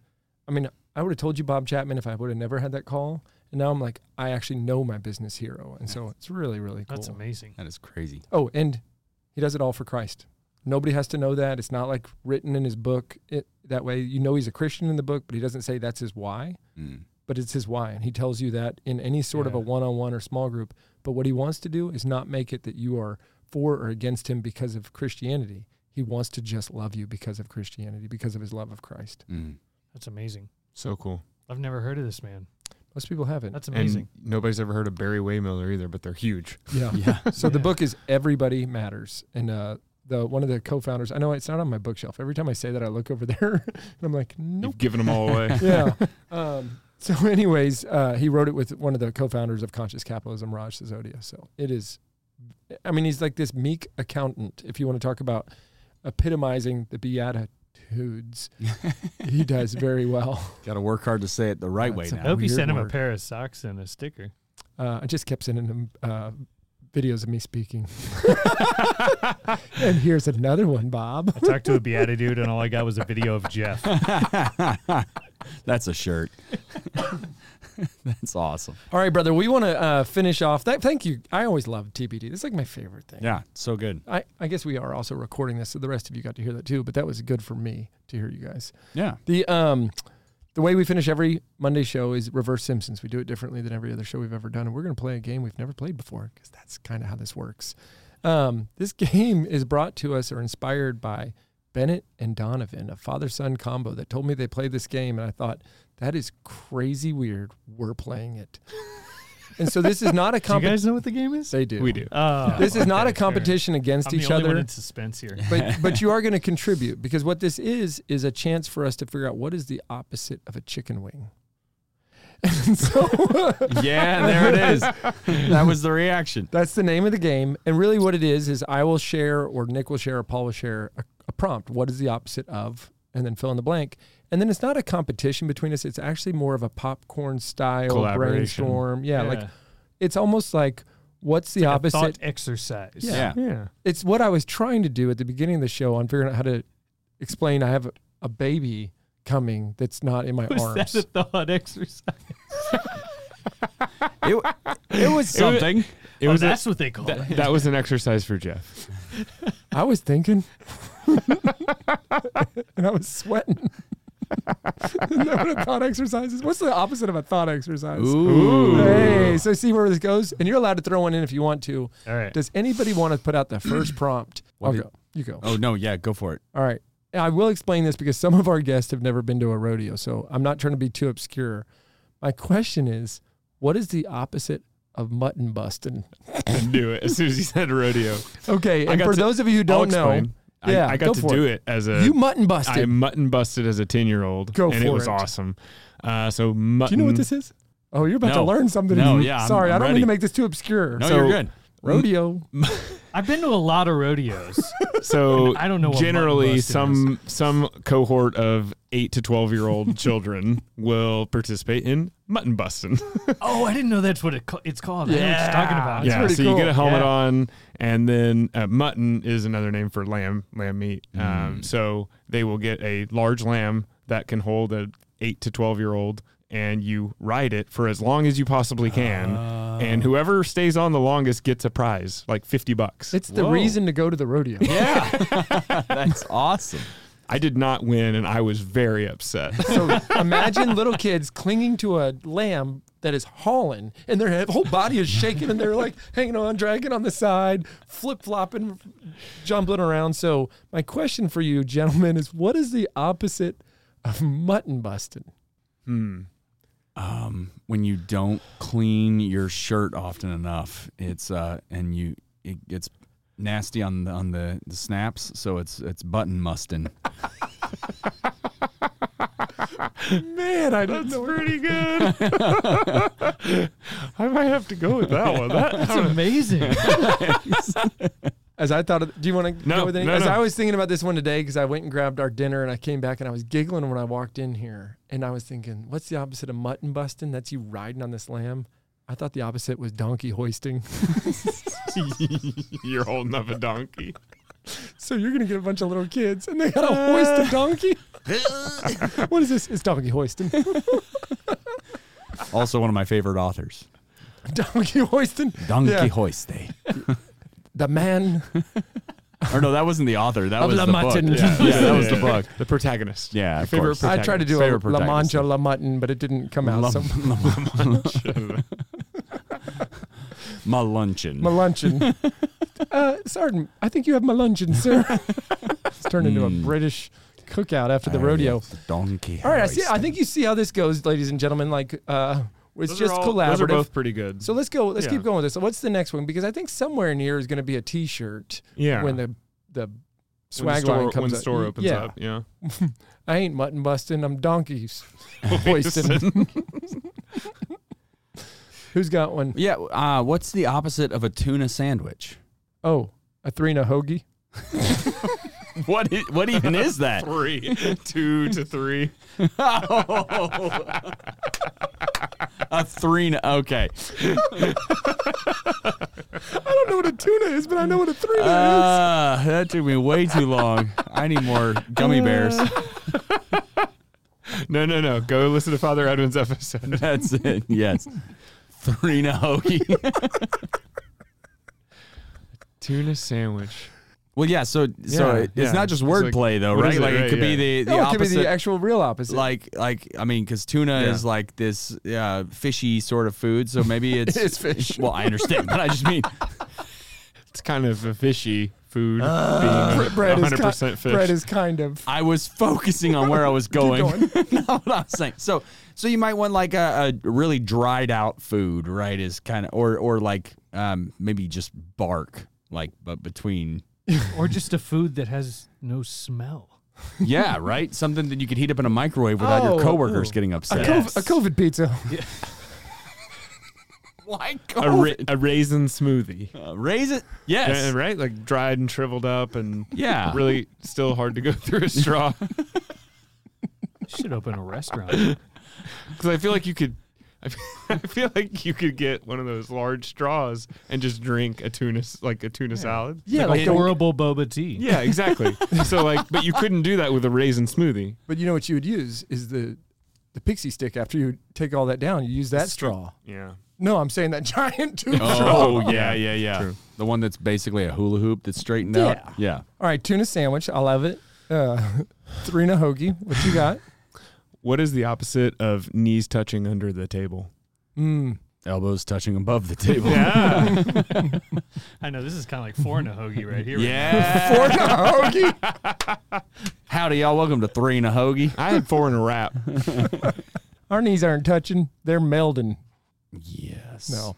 Speaker 2: I mean, I would have told you Bob Chapman if I would have never had that call. And now I'm like, I actually know my business hero. And so it's really, really cool.
Speaker 1: That's amazing.
Speaker 3: That is crazy.
Speaker 2: Oh, and he does it all for Christ. Nobody has to know that. It's not like written in his book it, that way. You know he's a Christian in the book, but he doesn't say that's his why,
Speaker 3: Mm.
Speaker 2: but it's his why. And he tells you that in any sort of a
Speaker 1: Yeah.
Speaker 2: one on one or small group. But what he wants to do is not make it that you are for or against him because of Christianity. He wants to just love you because of Christianity, because of his love of Christ.
Speaker 3: Mm.
Speaker 1: That's amazing.
Speaker 4: So cool.
Speaker 1: I've never heard of this man.
Speaker 2: Most people haven't.
Speaker 1: That's amazing.
Speaker 4: And nobody's ever heard of Barry Waymiller either, but they're huge.
Speaker 2: yeah.
Speaker 3: [LAUGHS] Yeah.
Speaker 2: So the
Speaker 1: Yeah.
Speaker 2: book is Everybody Matters, and uh, the one of the co-founders. I know it's not on my bookshelf. Every time I say that, I look over [LAUGHS] there, and I'm like, nope.
Speaker 4: You've given them all away.
Speaker 2: [LAUGHS] yeah. Um, so, anyways, uh, he wrote it with one of the co-founders of Conscious Capitalism, Raj Sisodia. So it is. I mean, he's like this meek accountant. If you want to talk about epitomizing the [LAUGHS] beatitudes, he does very well.
Speaker 3: Got to work hard to say it the right way
Speaker 2: That's a-
Speaker 1: I
Speaker 3: now.
Speaker 1: hope you
Speaker 2: weird
Speaker 1: sent him a
Speaker 2: word.
Speaker 1: pair of socks and a sticker.
Speaker 2: Uh, I just kept sending him uh, videos of me [LAUGHS] speaking. and here's another one, Bob.
Speaker 1: I talked to a beatitude and all I got was a video of Jeff.
Speaker 3: [LAUGHS] That's a shirt. [LAUGHS] That's awesome.
Speaker 2: All right, brother. We want to uh, finish off. That, thank you. I always love TBD. This is like my favorite thing.
Speaker 3: Yeah, so good.
Speaker 2: I, I guess we are also recording this, so the rest of you got to hear that too. But that was good for me to hear you guys.
Speaker 3: Yeah.
Speaker 2: The um, the way we finish every Monday show is reverse Simpsons. We do it differently than every other show we've ever done, and we're going to play a game we've never played before because that's kind of how this works. Um, this [LAUGHS] game is brought to us or inspired by Bennett and Donovan, a father son combo that told me they play this game, and I thought that is crazy weird. We're playing it, and so this is not
Speaker 1: [LAUGHS]
Speaker 2: a
Speaker 1: Do you
Speaker 2: competition.
Speaker 1: guys know what the game is?
Speaker 2: They do.
Speaker 4: We do.
Speaker 1: Oh,
Speaker 2: This is
Speaker 1: okay, fair
Speaker 2: not a
Speaker 1: enough.
Speaker 2: competition against
Speaker 1: I'm
Speaker 2: each
Speaker 1: the only
Speaker 2: other
Speaker 1: One in suspense here. [LAUGHS]
Speaker 2: but but you are going to contribute because what this is is a chance for us to figure out what is the opposite of a chicken wing. [LAUGHS] And so [LAUGHS]
Speaker 3: Yeah, there it is. That was the reaction.
Speaker 2: that's the name of the game. And really, what it is is I will share, or Nick will share, or Paul will share a, a prompt. What is the opposite of? And then fill in the blank. And then it's not a competition between us. It's actually more of a popcorn style
Speaker 4: Collaboration.
Speaker 2: brainstorm. Yeah, like
Speaker 1: Yeah.
Speaker 2: it's almost like what's the
Speaker 1: Like a
Speaker 2: opposite?
Speaker 1: thought exercise.
Speaker 3: Yeah.
Speaker 4: Yeah.
Speaker 2: it's what I was trying to do at the beginning of the show on figuring out how to explain I have a- a baby coming that's not in my
Speaker 1: Was
Speaker 2: arms.
Speaker 1: that a thought exercise?
Speaker 3: It, it was something.
Speaker 4: It
Speaker 1: oh,
Speaker 4: was a- [LAUGHS]
Speaker 1: that's what they call
Speaker 4: that,
Speaker 1: it.
Speaker 4: that was an exercise for Jeff.
Speaker 2: [LAUGHS] I was thinking. [LAUGHS] and I was sweating. [LAUGHS] Isn't that what a thought exercise is? What's the opposite of a thought exercise?
Speaker 3: Ooh.
Speaker 2: Hey, so see where this goes? And you're allowed to throw one in if you want to.
Speaker 1: All right.
Speaker 2: Does anybody want to put out the first prompt?
Speaker 3: What
Speaker 2: I'll
Speaker 3: did-
Speaker 2: go. You go.
Speaker 3: Oh no, yeah, go for it.
Speaker 2: All right. I will explain this because some of our guests have never been to a rodeo. So I'm not trying to be too obscure. My question is what is the opposite of mutton busting?
Speaker 4: I knew it as soon as he said rodeo.
Speaker 2: Okay.
Speaker 4: I
Speaker 2: And
Speaker 4: got
Speaker 2: for
Speaker 4: to-
Speaker 2: those of you who don't
Speaker 4: I'll
Speaker 2: know,
Speaker 4: explain.
Speaker 2: Yeah,
Speaker 4: I, I
Speaker 2: go
Speaker 4: got to
Speaker 2: for
Speaker 4: do
Speaker 2: it.
Speaker 4: it as a
Speaker 2: you mutton busted.
Speaker 4: I mutton busted as a 10 year old.
Speaker 2: Go
Speaker 4: And it
Speaker 2: for
Speaker 4: was
Speaker 2: it.
Speaker 4: awesome. Uh, so
Speaker 2: Do
Speaker 4: mutton.
Speaker 2: you know what this is? Oh, you're about to
Speaker 3: No.
Speaker 2: learn something.
Speaker 3: No, yeah, I'm-
Speaker 2: Sorry, I'm, I do not
Speaker 3: I'm
Speaker 2: mean
Speaker 3: ready.
Speaker 2: to make this too obscure.
Speaker 3: No,
Speaker 2: So,
Speaker 3: you're good.
Speaker 2: rodeo.
Speaker 1: I've been to a lot of rodeos. [LAUGHS]
Speaker 4: So
Speaker 1: I don't know what mutton
Speaker 4: Generally,
Speaker 1: bust is.
Speaker 4: some some cohort of eight to 12 year
Speaker 1: [LAUGHS]
Speaker 4: old children will participate in mutton busting.
Speaker 1: oh, I didn't know that's what it ca- it's called. I know what
Speaker 2: Yeah.
Speaker 1: you're talking about.
Speaker 4: yeah,
Speaker 2: pretty
Speaker 4: so
Speaker 2: cool.
Speaker 4: you get a helmet
Speaker 1: Yeah.
Speaker 4: on, and then uh, mutton is another name for lamb, lamb meat.
Speaker 1: Mm.
Speaker 4: Um, so they will get a large lamb that can hold a eight to twelve year old, and you ride it for as long as you possibly can,
Speaker 1: Ah.
Speaker 4: and whoever stays on the longest gets a prize, like fifty bucks.
Speaker 2: It's the
Speaker 3: Whoa.
Speaker 2: reason to go to the
Speaker 3: [LAUGHS]
Speaker 2: rodeo.
Speaker 3: That's awesome.
Speaker 4: I did not win, and I was very upset.
Speaker 1: [LAUGHS]
Speaker 2: So imagine little kids clinging to a lamb that is hauling, and their head- whole body is shaking, and they're like hanging on, dragging on the side, flip flopping, jumbling around. So my question for you, gentlemen, is what is the opposite of mutton busting?
Speaker 3: Um, when you don't clean your shirt often enough, it's uh, and you it gets nasty on the on the, the snaps, so it's it's button mustin.
Speaker 2: Man, I didn't know.
Speaker 4: Pretty good. [LAUGHS] I might have to go with that one. That,
Speaker 1: That's
Speaker 4: [LAUGHS]
Speaker 1: amazing.
Speaker 2: As I thought, of, do you want to
Speaker 4: No,
Speaker 2: go with any?
Speaker 4: no,
Speaker 2: As
Speaker 4: no.
Speaker 2: I was thinking about this one today, because I went and grabbed our dinner, and I came back, and I was giggling when I walked in here, and I was thinking, what's the opposite of mutton busting? That's you riding on this lamb. I thought the opposite was donkey hoisting.
Speaker 4: [LAUGHS] you're holding up a donkey.
Speaker 2: So you're gonna get a bunch of little kids, and they gotta hoist a
Speaker 4: [LAUGHS]
Speaker 2: donkey. what is this? It's donkey hoisting.
Speaker 3: also, one of my favorite authors,
Speaker 2: donkey hoisting.
Speaker 3: Don
Speaker 2: Yeah.
Speaker 3: Quixote.
Speaker 2: The man.
Speaker 3: Or no, that wasn't the author. That
Speaker 2: Of
Speaker 3: was
Speaker 2: La
Speaker 3: the
Speaker 2: Mutton.
Speaker 3: book.
Speaker 2: [LAUGHS] Yeah,
Speaker 3: Yeah,
Speaker 4: yeah,
Speaker 3: that was
Speaker 4: yeah.
Speaker 3: the book.
Speaker 4: The protagonist.
Speaker 3: Yeah,
Speaker 4: Your
Speaker 3: of
Speaker 4: favorite
Speaker 3: course.
Speaker 2: I tried to do a
Speaker 3: Favorite
Speaker 2: La
Speaker 3: protagonist.
Speaker 2: Mancha La Mutton, but it didn't come out. so
Speaker 3: [LAUGHS] my luncheon.
Speaker 2: my
Speaker 4: [LAUGHS]
Speaker 2: luncheon. uh, Sergeant, I think you have my luncheon, sir. it's turned into a
Speaker 4: Hmm.
Speaker 3: Mm.
Speaker 2: British cookout after the
Speaker 3: I
Speaker 2: rodeo.
Speaker 3: love the donkey.
Speaker 2: All right, I see. I think you see how this goes, ladies and gentlemen. Like, uh, it's
Speaker 4: Those are
Speaker 2: just
Speaker 4: all-
Speaker 2: collaborative.
Speaker 4: Those are both pretty good.
Speaker 2: So let's go. Let's
Speaker 4: Yeah.
Speaker 2: keep going with this. So what's the next one? Because I think somewhere near is going to be a T-shirt
Speaker 4: yeah.
Speaker 2: when the the
Speaker 4: When the
Speaker 2: swag
Speaker 4: store,
Speaker 2: line comes
Speaker 4: when the
Speaker 2: up.
Speaker 4: store opens
Speaker 2: yeah.
Speaker 4: up. [LAUGHS] Yeah.
Speaker 2: I ain't mutton busting. I'm [LAUGHS] donkeys hoisting. [LAUGHS] Who's got one?
Speaker 3: Yeah. Uh, what's the opposite of a tuna sandwich?
Speaker 2: Oh, a three and a hoagie.
Speaker 3: What? i- what even is [LAUGHS] that?
Speaker 4: Three, [LAUGHS] two to three.
Speaker 3: Oh. [LAUGHS] a three? Okay.
Speaker 2: I don't know what a tuna is, but I know what a three
Speaker 3: Uh, that took me way too long. I need more
Speaker 4: Uh.
Speaker 3: gummy bears. [LAUGHS]
Speaker 4: No, no, no. Go listen to Father Edwin's [LAUGHS] episode.
Speaker 3: That's it. Yes. Three no [LAUGHS] hoagie.
Speaker 4: Tuna sandwich.
Speaker 3: well, yeah. So, so
Speaker 4: Yeah,
Speaker 3: it- it's
Speaker 4: yeah.
Speaker 3: not just
Speaker 4: It's like-
Speaker 3: wordplay though,
Speaker 4: what
Speaker 3: right?
Speaker 4: is it,
Speaker 3: Like
Speaker 4: right?
Speaker 3: it could
Speaker 4: Yeah.
Speaker 3: be the, the
Speaker 2: no, it could be
Speaker 3: opposite.
Speaker 2: the actual real opposite.
Speaker 3: like, like I mean, because tuna
Speaker 4: Yeah.
Speaker 3: is like this uh, fishy sort of food, so
Speaker 4: [LAUGHS]
Speaker 3: maybe it's
Speaker 2: is fish.
Speaker 3: Well, I understand, but I just mean
Speaker 4: It's kind of a fishy food. being
Speaker 2: bread is
Speaker 4: 100%
Speaker 2: ki-
Speaker 4: fish.
Speaker 2: bread is kind of.
Speaker 3: I was focusing on where I was going.
Speaker 2: going.
Speaker 3: [LAUGHS] Not what I was saying. So, so you might want like a, a really dried out food, right? Is kind of or or like um, maybe just bark, like but between.
Speaker 1: or just a food that has no smell.
Speaker 3: Yeah, right. Something that you could heat up in a microwave without
Speaker 2: Oh,
Speaker 3: your coworkers
Speaker 2: ooh.
Speaker 3: getting
Speaker 2: A, [LAUGHS]
Speaker 3: upset.
Speaker 1: Yes.
Speaker 2: COVID, a COVID pizza.
Speaker 3: Why
Speaker 4: a,
Speaker 3: go?
Speaker 4: ra- a raisin smoothie.
Speaker 3: uh, raise it. Yes.
Speaker 4: Yeah, right? Like dried and shriveled up and
Speaker 3: Yeah.
Speaker 4: really still hard to go [LAUGHS] through a straw.
Speaker 1: Should open a restaurant.
Speaker 4: Because I feel like you could. [LAUGHS] I f- I feel like you could get one of those large straws and just drink a tuna, s- like a tuna salad.
Speaker 2: Yeah,
Speaker 1: like
Speaker 2: like
Speaker 1: a
Speaker 2: a-
Speaker 1: horrible boba tea.
Speaker 4: Yeah, exactly. [LAUGHS] so like, but you couldn't do that with a raisin smoothie.
Speaker 2: But you know what you would use is the the pixie stick. After you take all that down, you use that straw.
Speaker 4: Yeah.
Speaker 2: No, I'm saying that [LAUGHS] giant tube
Speaker 3: [LAUGHS]
Speaker 2: straw.
Speaker 3: Oh,
Speaker 4: [LAUGHS]
Speaker 3: yeah, yeah, yeah.
Speaker 4: True.
Speaker 3: The one that's basically a hula hoop that's straightened out. Yeah.
Speaker 2: All right, tuna sandwich. I love it. Uh, [LAUGHS] three and a hoagie. What you got?
Speaker 4: What is the opposite of knees touching under the table?
Speaker 2: Mm.
Speaker 3: Elbows touching above the
Speaker 4: [LAUGHS]
Speaker 3: table.
Speaker 4: Yeah.
Speaker 1: I know this is kind of like four in a hoagie right here.
Speaker 3: [LAUGHS]
Speaker 2: [LAUGHS]
Speaker 3: Yeah.
Speaker 2: Four and a hoagie.
Speaker 3: Howdy, y'all. Welcome to Three and a Hoagie.
Speaker 4: I had four in a wrap.
Speaker 2: Our knees aren't touching. They're melding.
Speaker 3: Yes.
Speaker 2: No.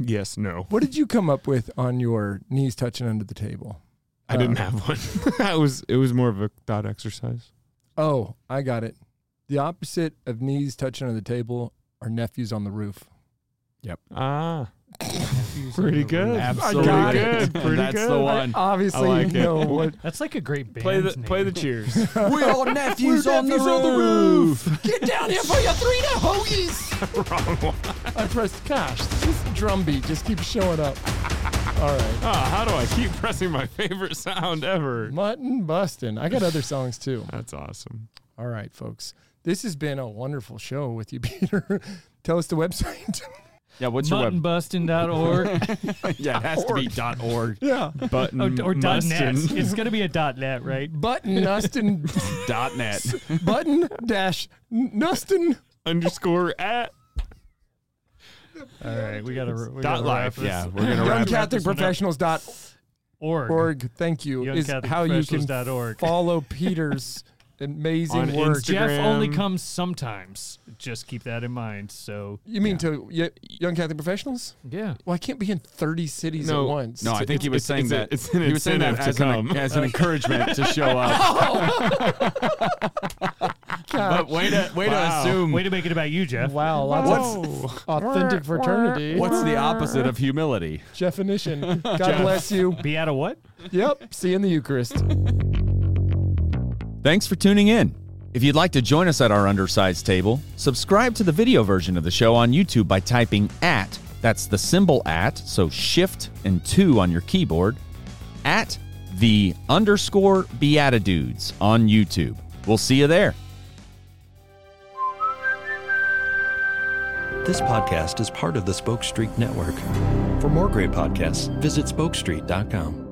Speaker 4: Yes, no.
Speaker 2: What did you come up with on your knees touching under the table?
Speaker 4: I didn't have [LAUGHS] one. I Uh, was it was more of a thought exercise.
Speaker 2: Oh, I got it. The opposite of knees touching on the table are nephews on the roof.
Speaker 4: Ah,
Speaker 1: Nephews
Speaker 4: pretty
Speaker 1: on the
Speaker 4: good.
Speaker 1: roof.
Speaker 4: I got it.
Speaker 3: Absolutely.
Speaker 4: Pretty
Speaker 3: That's
Speaker 4: good.
Speaker 3: the one.
Speaker 2: obviously,
Speaker 4: I like
Speaker 2: you
Speaker 4: it.
Speaker 2: know what?
Speaker 1: That's like a great band.
Speaker 4: Play the play the cheers. [LAUGHS]
Speaker 3: we all nephews,
Speaker 2: We're
Speaker 3: on,
Speaker 2: nephews
Speaker 3: the
Speaker 2: on the
Speaker 3: roof.
Speaker 2: [LAUGHS] Get down here for your three to hoagies. I pressed. Gosh, this drum beat just keeps showing up. All right,
Speaker 4: Ah, how do I keep [LAUGHS] pressing my favorite sound ever?
Speaker 2: mutton bustin'. I got other songs too.
Speaker 4: That's awesome.
Speaker 2: All right, folks. This has been a wonderful show with you, [LAUGHS] Peter. Tell us the website.
Speaker 3: Yeah, what's your web?
Speaker 1: Muttonbustin.org
Speaker 3: Yeah, it has to be dot .org.
Speaker 2: yeah.
Speaker 4: Button
Speaker 1: or, or dot net.
Speaker 4: Mustin.
Speaker 1: It's gonna be a dot net, right?
Speaker 2: Button Nustin [LAUGHS]
Speaker 3: Dot .net.
Speaker 2: button dash Nustin.
Speaker 4: underscore at
Speaker 1: All right, we gotta we
Speaker 4: Dot
Speaker 1: gotta
Speaker 4: life,
Speaker 1: wrap this.
Speaker 3: Yeah, we're gonna wrap.
Speaker 2: YoungCatholicProfessionals.org.
Speaker 1: Org.
Speaker 2: Thank you. Is how you can
Speaker 1: YoungCatholicProfessionals.org.
Speaker 2: follow Peter's amazing
Speaker 4: On
Speaker 2: work.
Speaker 4: Insta-
Speaker 1: Jeff only
Speaker 4: Instagram.
Speaker 1: comes sometimes. Just keep that in mind. So
Speaker 2: You mean to y- Young Catholic Professionals?
Speaker 1: yeah,
Speaker 2: Well, I can't be in 30 cities
Speaker 4: No.
Speaker 2: at once.
Speaker 3: No, I think he was
Speaker 4: It's-
Speaker 3: saying
Speaker 4: it's a-
Speaker 3: that.
Speaker 4: it's an
Speaker 3: he was saying that as
Speaker 4: incentive to
Speaker 3: an,
Speaker 4: come.
Speaker 3: as an encouragement to show up. But way to way
Speaker 4: Wow.
Speaker 3: to assume.
Speaker 1: way to make it about you, Jeff.
Speaker 2: Wow, lots
Speaker 4: what's
Speaker 2: of authentic fraternity.
Speaker 3: what's the opposite of humility?
Speaker 2: Jeffinition?
Speaker 3: [LAUGHS]
Speaker 2: God bless you.
Speaker 1: Be out of what?
Speaker 2: Yep. See you in the Eucharist.
Speaker 3: Thanks for tuning in. If you'd like to join us at our undersized table, subscribe to the video version of the show on YouTube by typing at, that's the symbol at, so shift and two on your keyboard, at the underscore Beatitudes on YouTube. We'll see you there.
Speaker 5: This podcast is part of the Spoke Street Network. For more great podcasts, visit spokestreet.com.